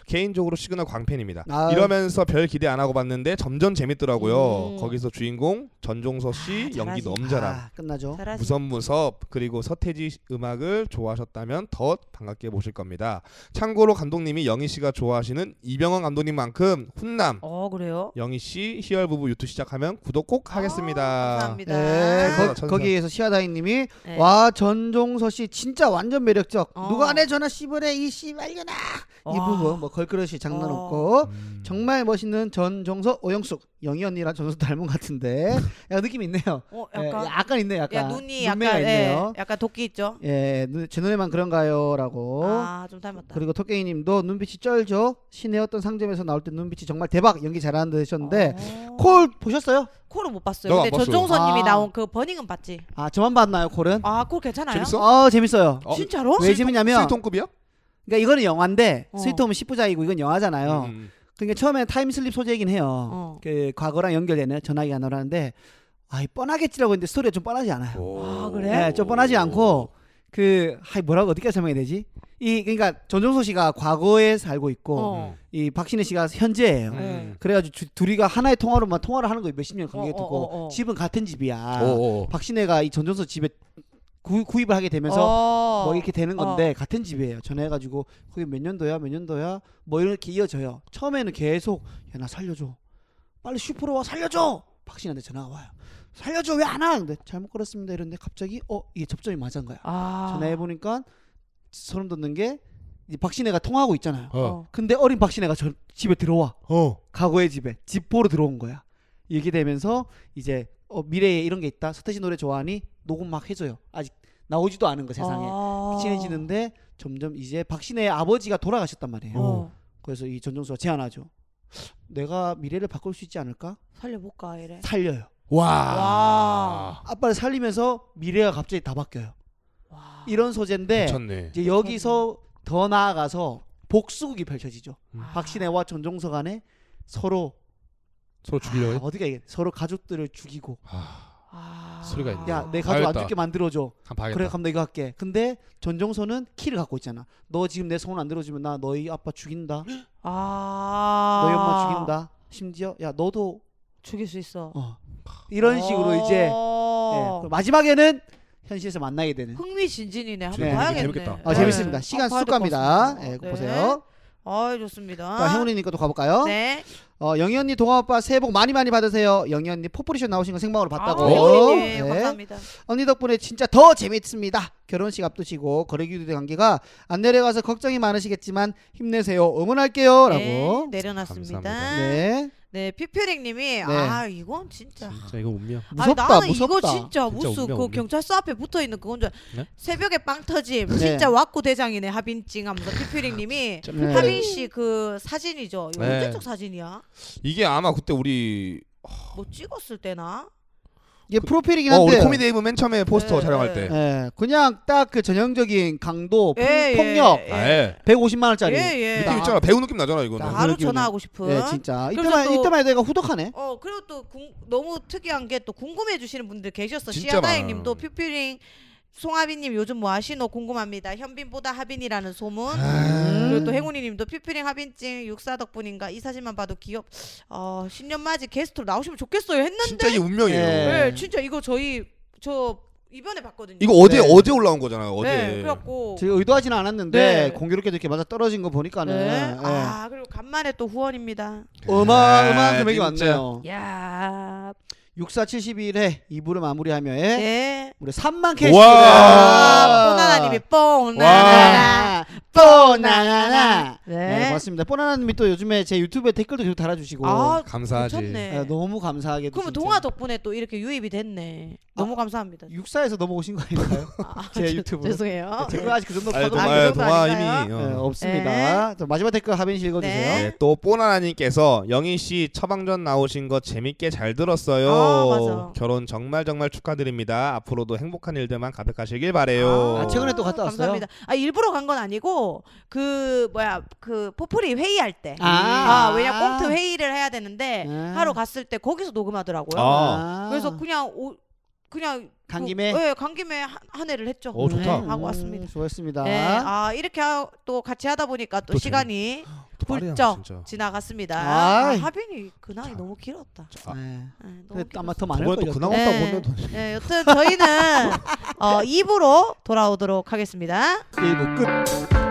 Speaker 3: 개인적으로 시그널 광팬입니다.
Speaker 1: 아유.
Speaker 3: 이러면서 별 기대 안 하고 봤는데 점점 재밌더라고요.
Speaker 2: 음.
Speaker 3: 거기서 주인공 전종서 씨
Speaker 2: 아,
Speaker 3: 연기
Speaker 2: 잘하지.
Speaker 3: 너무 잘함.
Speaker 1: 아, 끝나죠.
Speaker 2: 잘하시
Speaker 3: 무섭무섭 그리고 서태지 음악을 좋아하셨다면 더 반갑게 보실 겁니다. 참고로 감독님이 영희 씨가 좋아하시는 이병헌 감독님만큼 훈남
Speaker 2: 어, 그래요?
Speaker 3: 영희 씨 희열 부부 유튜브 시작하면 구독 꼭
Speaker 2: 아,
Speaker 3: 하겠습니다.
Speaker 2: 감사합니다.
Speaker 1: 네,
Speaker 3: 아,
Speaker 1: 거,
Speaker 3: 천사.
Speaker 1: 거기에서 시아다이님이
Speaker 2: 네.
Speaker 1: 와 전종서 씨 진짜 완전 매력적.
Speaker 2: 어.
Speaker 1: 누가 내 전화 씹으래 이 씨발려나 이
Speaker 2: 와.
Speaker 1: 부분 뭐 걸그릇이 장난
Speaker 2: 어.
Speaker 1: 없고
Speaker 3: 음.
Speaker 1: 정말 멋있는 전종서 오영숙 영희 언니랑 전종서 닮은 것 같은데 약간 느낌이 있네요.
Speaker 2: 어,
Speaker 1: 예,
Speaker 2: 약간
Speaker 1: 약간 있네 약간
Speaker 2: 야 눈이 약간
Speaker 1: 눈매가
Speaker 2: 예,
Speaker 1: 있네요.
Speaker 2: 약간 도끼 있죠.
Speaker 1: 예, 눈- 제 눈에만 그런가요라고.
Speaker 2: 아좀 닮았다.
Speaker 1: 그리고 토끼님도 눈빛이 쩔죠. 신의 어떤 상점에서 나올 때 눈빛이 정말 대박 연기 잘하는데 하셨는데
Speaker 2: 어.
Speaker 1: 콜 보셨어요?
Speaker 2: 콜은 못 봤어요.
Speaker 3: 나도
Speaker 2: 근데
Speaker 3: 안 봤어요.
Speaker 2: 전종서님이
Speaker 1: 아.
Speaker 2: 나온 그 버닝은 봤지.
Speaker 1: 아 저만 봤나요 콜은?
Speaker 2: 아콜 괜찮아요?
Speaker 3: 재밌어?
Speaker 1: 아 재밌어요.
Speaker 3: 어?
Speaker 2: 진짜로?
Speaker 1: 왜 재밌냐면
Speaker 3: 수위통급이야?
Speaker 1: 그러니까 이거는 영화인데
Speaker 2: 어.
Speaker 1: 스위트홈은 10부작이고 이건 영화잖아요.
Speaker 3: 음.
Speaker 1: 그러니까 처음에 타임슬립 소재이긴 해요.
Speaker 2: 어.
Speaker 1: 그 과거랑 연결되는 전화기가 나오는데 아이 뻔하겠지라고 했는데 스토리가 좀 뻔하지
Speaker 4: 음.
Speaker 1: 않아요.
Speaker 2: 아,
Speaker 1: 예,
Speaker 2: 그래?
Speaker 1: 좀 뻔하지 않고 그 하이 뭐라고 어떻게 설명해야 되지? 이 그러니까 전종서 씨가 과거에 살고 있고
Speaker 2: 어.
Speaker 3: 음,
Speaker 1: 이 박신혜 씨가 현재예요.
Speaker 2: 음.
Speaker 1: 그래가지고 주- 둘이가 하나의 통화로만 통화를 하는 거예요. 몇십 년 관계
Speaker 2: 어,
Speaker 1: 가
Speaker 2: 어,
Speaker 1: 두고
Speaker 2: 어, 어.
Speaker 1: 집은 같은 집이야.
Speaker 3: 아. 오, 오.
Speaker 1: 박신혜가 이 전종서 집에 구, 구입을 하게 되면서
Speaker 2: 어.
Speaker 1: 뭐 이렇게 되는
Speaker 2: 어.
Speaker 1: 건데 같은 집이에요. 전화해가지고 그게 몇 년도야, 몇 년도야, 뭐 이렇게 이어져요. 처음에는 계속 야 나 살려줘, 빨리 슈퍼로 와 살려줘. 박신한테 전화가 와요. 살려줘 왜 안 와? 근데 잘못 걸었습니다. 이런데 갑자기 어 이게 접점이 맞은 거야.
Speaker 2: 아.
Speaker 1: 전화해 보니까 소름 돋는 게이 박신혜가 통화하고 있잖아요.
Speaker 2: 어.
Speaker 1: 근데 어린 박신혜가 저 집에 들어와
Speaker 3: 어.
Speaker 1: 과거의 집에 집 보러 들어온 거야. 이게 되면서 이제 어, 미래에 이런 게 있다. 서태지 노래 좋아하니 녹음 막 해줘요. 아직 나오지도 않은 거 세상에.
Speaker 2: 아.
Speaker 1: 친해지는데 점점 이제 박신혜의 아버지가 돌아가셨단 말이에요.
Speaker 2: 어.
Speaker 1: 그래서 이 전종수가 제안하죠. 내가 미래를 바꿀 수 있지 않을까?
Speaker 2: 살려볼까 이래.
Speaker 1: 살려요.
Speaker 3: 와.
Speaker 2: 와.
Speaker 1: 아빠를 살리면서 미래가 갑자기 다 바뀌어요.
Speaker 2: 와.
Speaker 1: 이런 소재인데
Speaker 3: 미쳤네.
Speaker 1: 이제 여기서 더 나아가서 복수극이 펼쳐지죠.
Speaker 2: 아.
Speaker 1: 박신혜와 전종서 간에 서로
Speaker 4: 서로
Speaker 1: 아,
Speaker 4: 죽이려고 했-
Speaker 1: 어디가 이게 서로 가족들을 죽이고
Speaker 4: 아,
Speaker 2: 아.
Speaker 4: 소리가 있네.
Speaker 1: 야 내 가족 안
Speaker 4: 가야겠다.
Speaker 1: 죽게 만들어줘
Speaker 4: 한번 봐야겠다.
Speaker 1: 그래 그럼 나 이거 할게 근데 전종서는 키를 갖고 있잖아 너 지금 내 손을 안 들어주면 나 너희 아빠 죽인다
Speaker 2: 아.
Speaker 1: 너희 엄마 죽인다. 심지어 야 너도
Speaker 2: 죽일 수 있어.
Speaker 1: 어. 이런 식으로 이제 예,
Speaker 2: 아. 어.
Speaker 1: 그리고 마지막에는 현실에서 만나게 되는.
Speaker 2: 흥미진진이네. 한번
Speaker 1: 네.
Speaker 2: 봐야겠네.
Speaker 4: 재밌겠다.
Speaker 1: 아
Speaker 4: 네.
Speaker 1: 재밌습니다.
Speaker 2: 한번
Speaker 1: 시간
Speaker 2: 봐야 될것
Speaker 1: 쑥갑니다.
Speaker 2: 같습니다.
Speaker 1: 예, 그거
Speaker 2: 네.
Speaker 1: 보세요.
Speaker 2: 아, 좋습니다.
Speaker 1: 자, 혜원이니까또 가볼까요?
Speaker 2: 네.
Speaker 1: 어, 영희 언니 동아 오빠 새해 복 많이 많이 받으세요. 영희 언니 포포리션 나오신 거 생방으로 봤다고.
Speaker 2: 아, 혜원이님,
Speaker 1: 네.
Speaker 2: 감사합니다.
Speaker 1: 언니 덕분에 진짜 더 재밌습니다. 결혼식 앞두시고 거래기들의 관계가 안 내려가서 걱정이 많으시겠지만 힘내세요. 응원할게요라고.
Speaker 2: 네, 내려놨습니다. 네.
Speaker 1: 네.
Speaker 2: 피표링님이 아 이건 진짜.
Speaker 4: 진짜 이거 운명.
Speaker 1: 무섭다.
Speaker 2: 아니, 나는
Speaker 1: 무섭다.
Speaker 2: 이거 진짜 무수
Speaker 4: 운명,
Speaker 2: 그
Speaker 4: 운명.
Speaker 2: 경찰서 앞에 붙어 있는 그건 줄 알-
Speaker 4: 네?
Speaker 2: 새벽에 빵 터짐
Speaker 1: 네.
Speaker 2: 진짜 왁구 대장이네 하빈찡 하면서 피표링님이
Speaker 1: 네.
Speaker 2: 하빈 씨 그 사진이죠 이거
Speaker 3: 네.
Speaker 2: 언제적 사진이야
Speaker 3: 이게 아마 그때 우리
Speaker 2: 뭐 찍었을 때나
Speaker 1: 이게 프로필이긴
Speaker 3: 어,
Speaker 1: 한데
Speaker 3: 우리 코미데이브 맨 처음에 포스터
Speaker 2: 네.
Speaker 3: 촬영할 때.
Speaker 1: 예, 그냥 딱 그 전형적인 강도 폭,
Speaker 2: 예, 예,
Speaker 1: 폭력
Speaker 2: 예.
Speaker 3: 아, 예.
Speaker 1: 150만 원짜리.
Speaker 2: 예, 예.
Speaker 3: 느낌
Speaker 1: 나-
Speaker 3: 있잖아. 배우 느낌 나잖아, 네, 이거는.
Speaker 1: 나-
Speaker 2: 바로
Speaker 1: 그런 기분이야.
Speaker 2: 전화하고 싶은
Speaker 1: 예, 진짜
Speaker 2: 그래서
Speaker 1: 이때만
Speaker 2: 또-
Speaker 1: 이때만 해도 얘가 후덕하네.
Speaker 2: 어 그리고 또 궁- 너무 특이한 게 또 궁금해 주시는 분들 계셨어.
Speaker 3: 진짜
Speaker 2: 시아다행님도
Speaker 3: 많아요.
Speaker 2: 퓨퓨링 송하빈님 요즘 뭐 하시노 궁금합니다. 현빈보다 하빈이라는 소문. 그리고
Speaker 3: 아.
Speaker 1: 음.
Speaker 2: 또 행운이님도 퓨퓨링 하빈증 육사 덕분인가 이 사진만 봐도 귀엽. 어 신년 맞이 게스트로 나오시면 좋겠어요. 했는데.
Speaker 3: 진짜 이게 운명이에요.
Speaker 1: 예.
Speaker 2: 네, 진짜 이거 저희 저 이번에 봤거든요.
Speaker 3: 이거 어제
Speaker 1: 네.
Speaker 3: 어제 올라온 거잖아요. 어제.
Speaker 2: 네, 그래갖고.
Speaker 1: 제가 의도하지는 않았는데
Speaker 2: 네.
Speaker 1: 공교롭게도 이렇게 맞아 떨어진 거 보니까는
Speaker 2: 네.
Speaker 1: 예.
Speaker 2: 아 그리고 간만에 또 후원입니다.
Speaker 1: 어마
Speaker 3: 아,
Speaker 1: 어마한 금액이
Speaker 3: 진짜.
Speaker 1: 왔네요.
Speaker 2: 야.
Speaker 1: 6471회 2부를 마무리하며에
Speaker 2: 네.
Speaker 1: 우리 3만
Speaker 2: 아,
Speaker 1: 캐시입니다.
Speaker 2: 뽀나나님이 네, 뽕.
Speaker 3: 와.
Speaker 2: 나나나.
Speaker 3: 아.
Speaker 1: 뽀나나나. 네,
Speaker 2: 네.
Speaker 1: 고맙습니다. 뽀나나님이 또 요즘에 제 유튜브에 댓글도 계속 달아주시고
Speaker 2: 아,
Speaker 4: 감사하지.
Speaker 2: 괜찮네.
Speaker 1: 예, 너무 감사하게.
Speaker 2: 그러면 동화 덕분에 또 이렇게 유입이 됐네. 너무 감사합니다.
Speaker 1: 육사에서 넘어오신 거 아닌가요? 제 유튜브.
Speaker 2: 죄송해요.
Speaker 1: 제가 아직 그 정도
Speaker 3: 아니,
Speaker 1: 파급
Speaker 2: 아,
Speaker 1: 안
Speaker 2: 그
Speaker 3: 동화
Speaker 2: 정도
Speaker 3: 동화
Speaker 2: 아닌가요?
Speaker 3: 이미
Speaker 1: 네,
Speaker 3: 어.
Speaker 1: 없습니다. 자, 마지막 댓글 하빈 씨 읽어주세요.
Speaker 2: 네.
Speaker 3: 네, 또 뽀나나님께서 영희 씨 처방전 나오신 거 재밌게 잘 들었어요.
Speaker 2: 아, 맞아.
Speaker 3: 결혼 정말 정말 축하드립니다. 앞으로도 행복한 일들만 가득하시길 바래요.
Speaker 1: 아, 최근에 또 갔다 왔어요?
Speaker 2: 감사합니다. 아 일부러 간 건 아니고 그 뭐야 그 포프리 회의할 때. 아,
Speaker 1: 아,
Speaker 2: 왜냐 꽁트 회의를 해야 되는데
Speaker 1: 아.
Speaker 2: 하러 갔을 때 거기서 녹음하더라고요.
Speaker 3: 아.
Speaker 2: 그래서 그냥 오, 그냥
Speaker 1: 간
Speaker 2: 그-
Speaker 1: 김에?
Speaker 2: 네, 간 김에 한, 한 해를 했죠.
Speaker 4: 오, 좋다.
Speaker 2: 네, 하고 왔습니다.
Speaker 1: 음, 좋았습니다.
Speaker 2: 네, 아 이렇게 하, 또 같이 하다 보니까 또,
Speaker 4: 또
Speaker 2: 시간이
Speaker 3: 또 빠르다,
Speaker 2: 훌쩍
Speaker 3: 진짜.
Speaker 2: 지나갔습니다. 아,
Speaker 1: 아이.
Speaker 2: 하빈이 그날이 너무 길었다.
Speaker 3: 아.
Speaker 1: 네.
Speaker 2: 네, 너무
Speaker 1: 근데
Speaker 2: 길었어.
Speaker 1: 아마 더 많을
Speaker 3: 저번에 또
Speaker 1: 거예요.
Speaker 3: 근황
Speaker 2: 네.
Speaker 3: 없다 못내 돈.
Speaker 2: 네,
Speaker 3: 그-
Speaker 2: 여튼 저희는 어, 2부로 돌아오도록 하겠습니다.
Speaker 1: 1부 끝.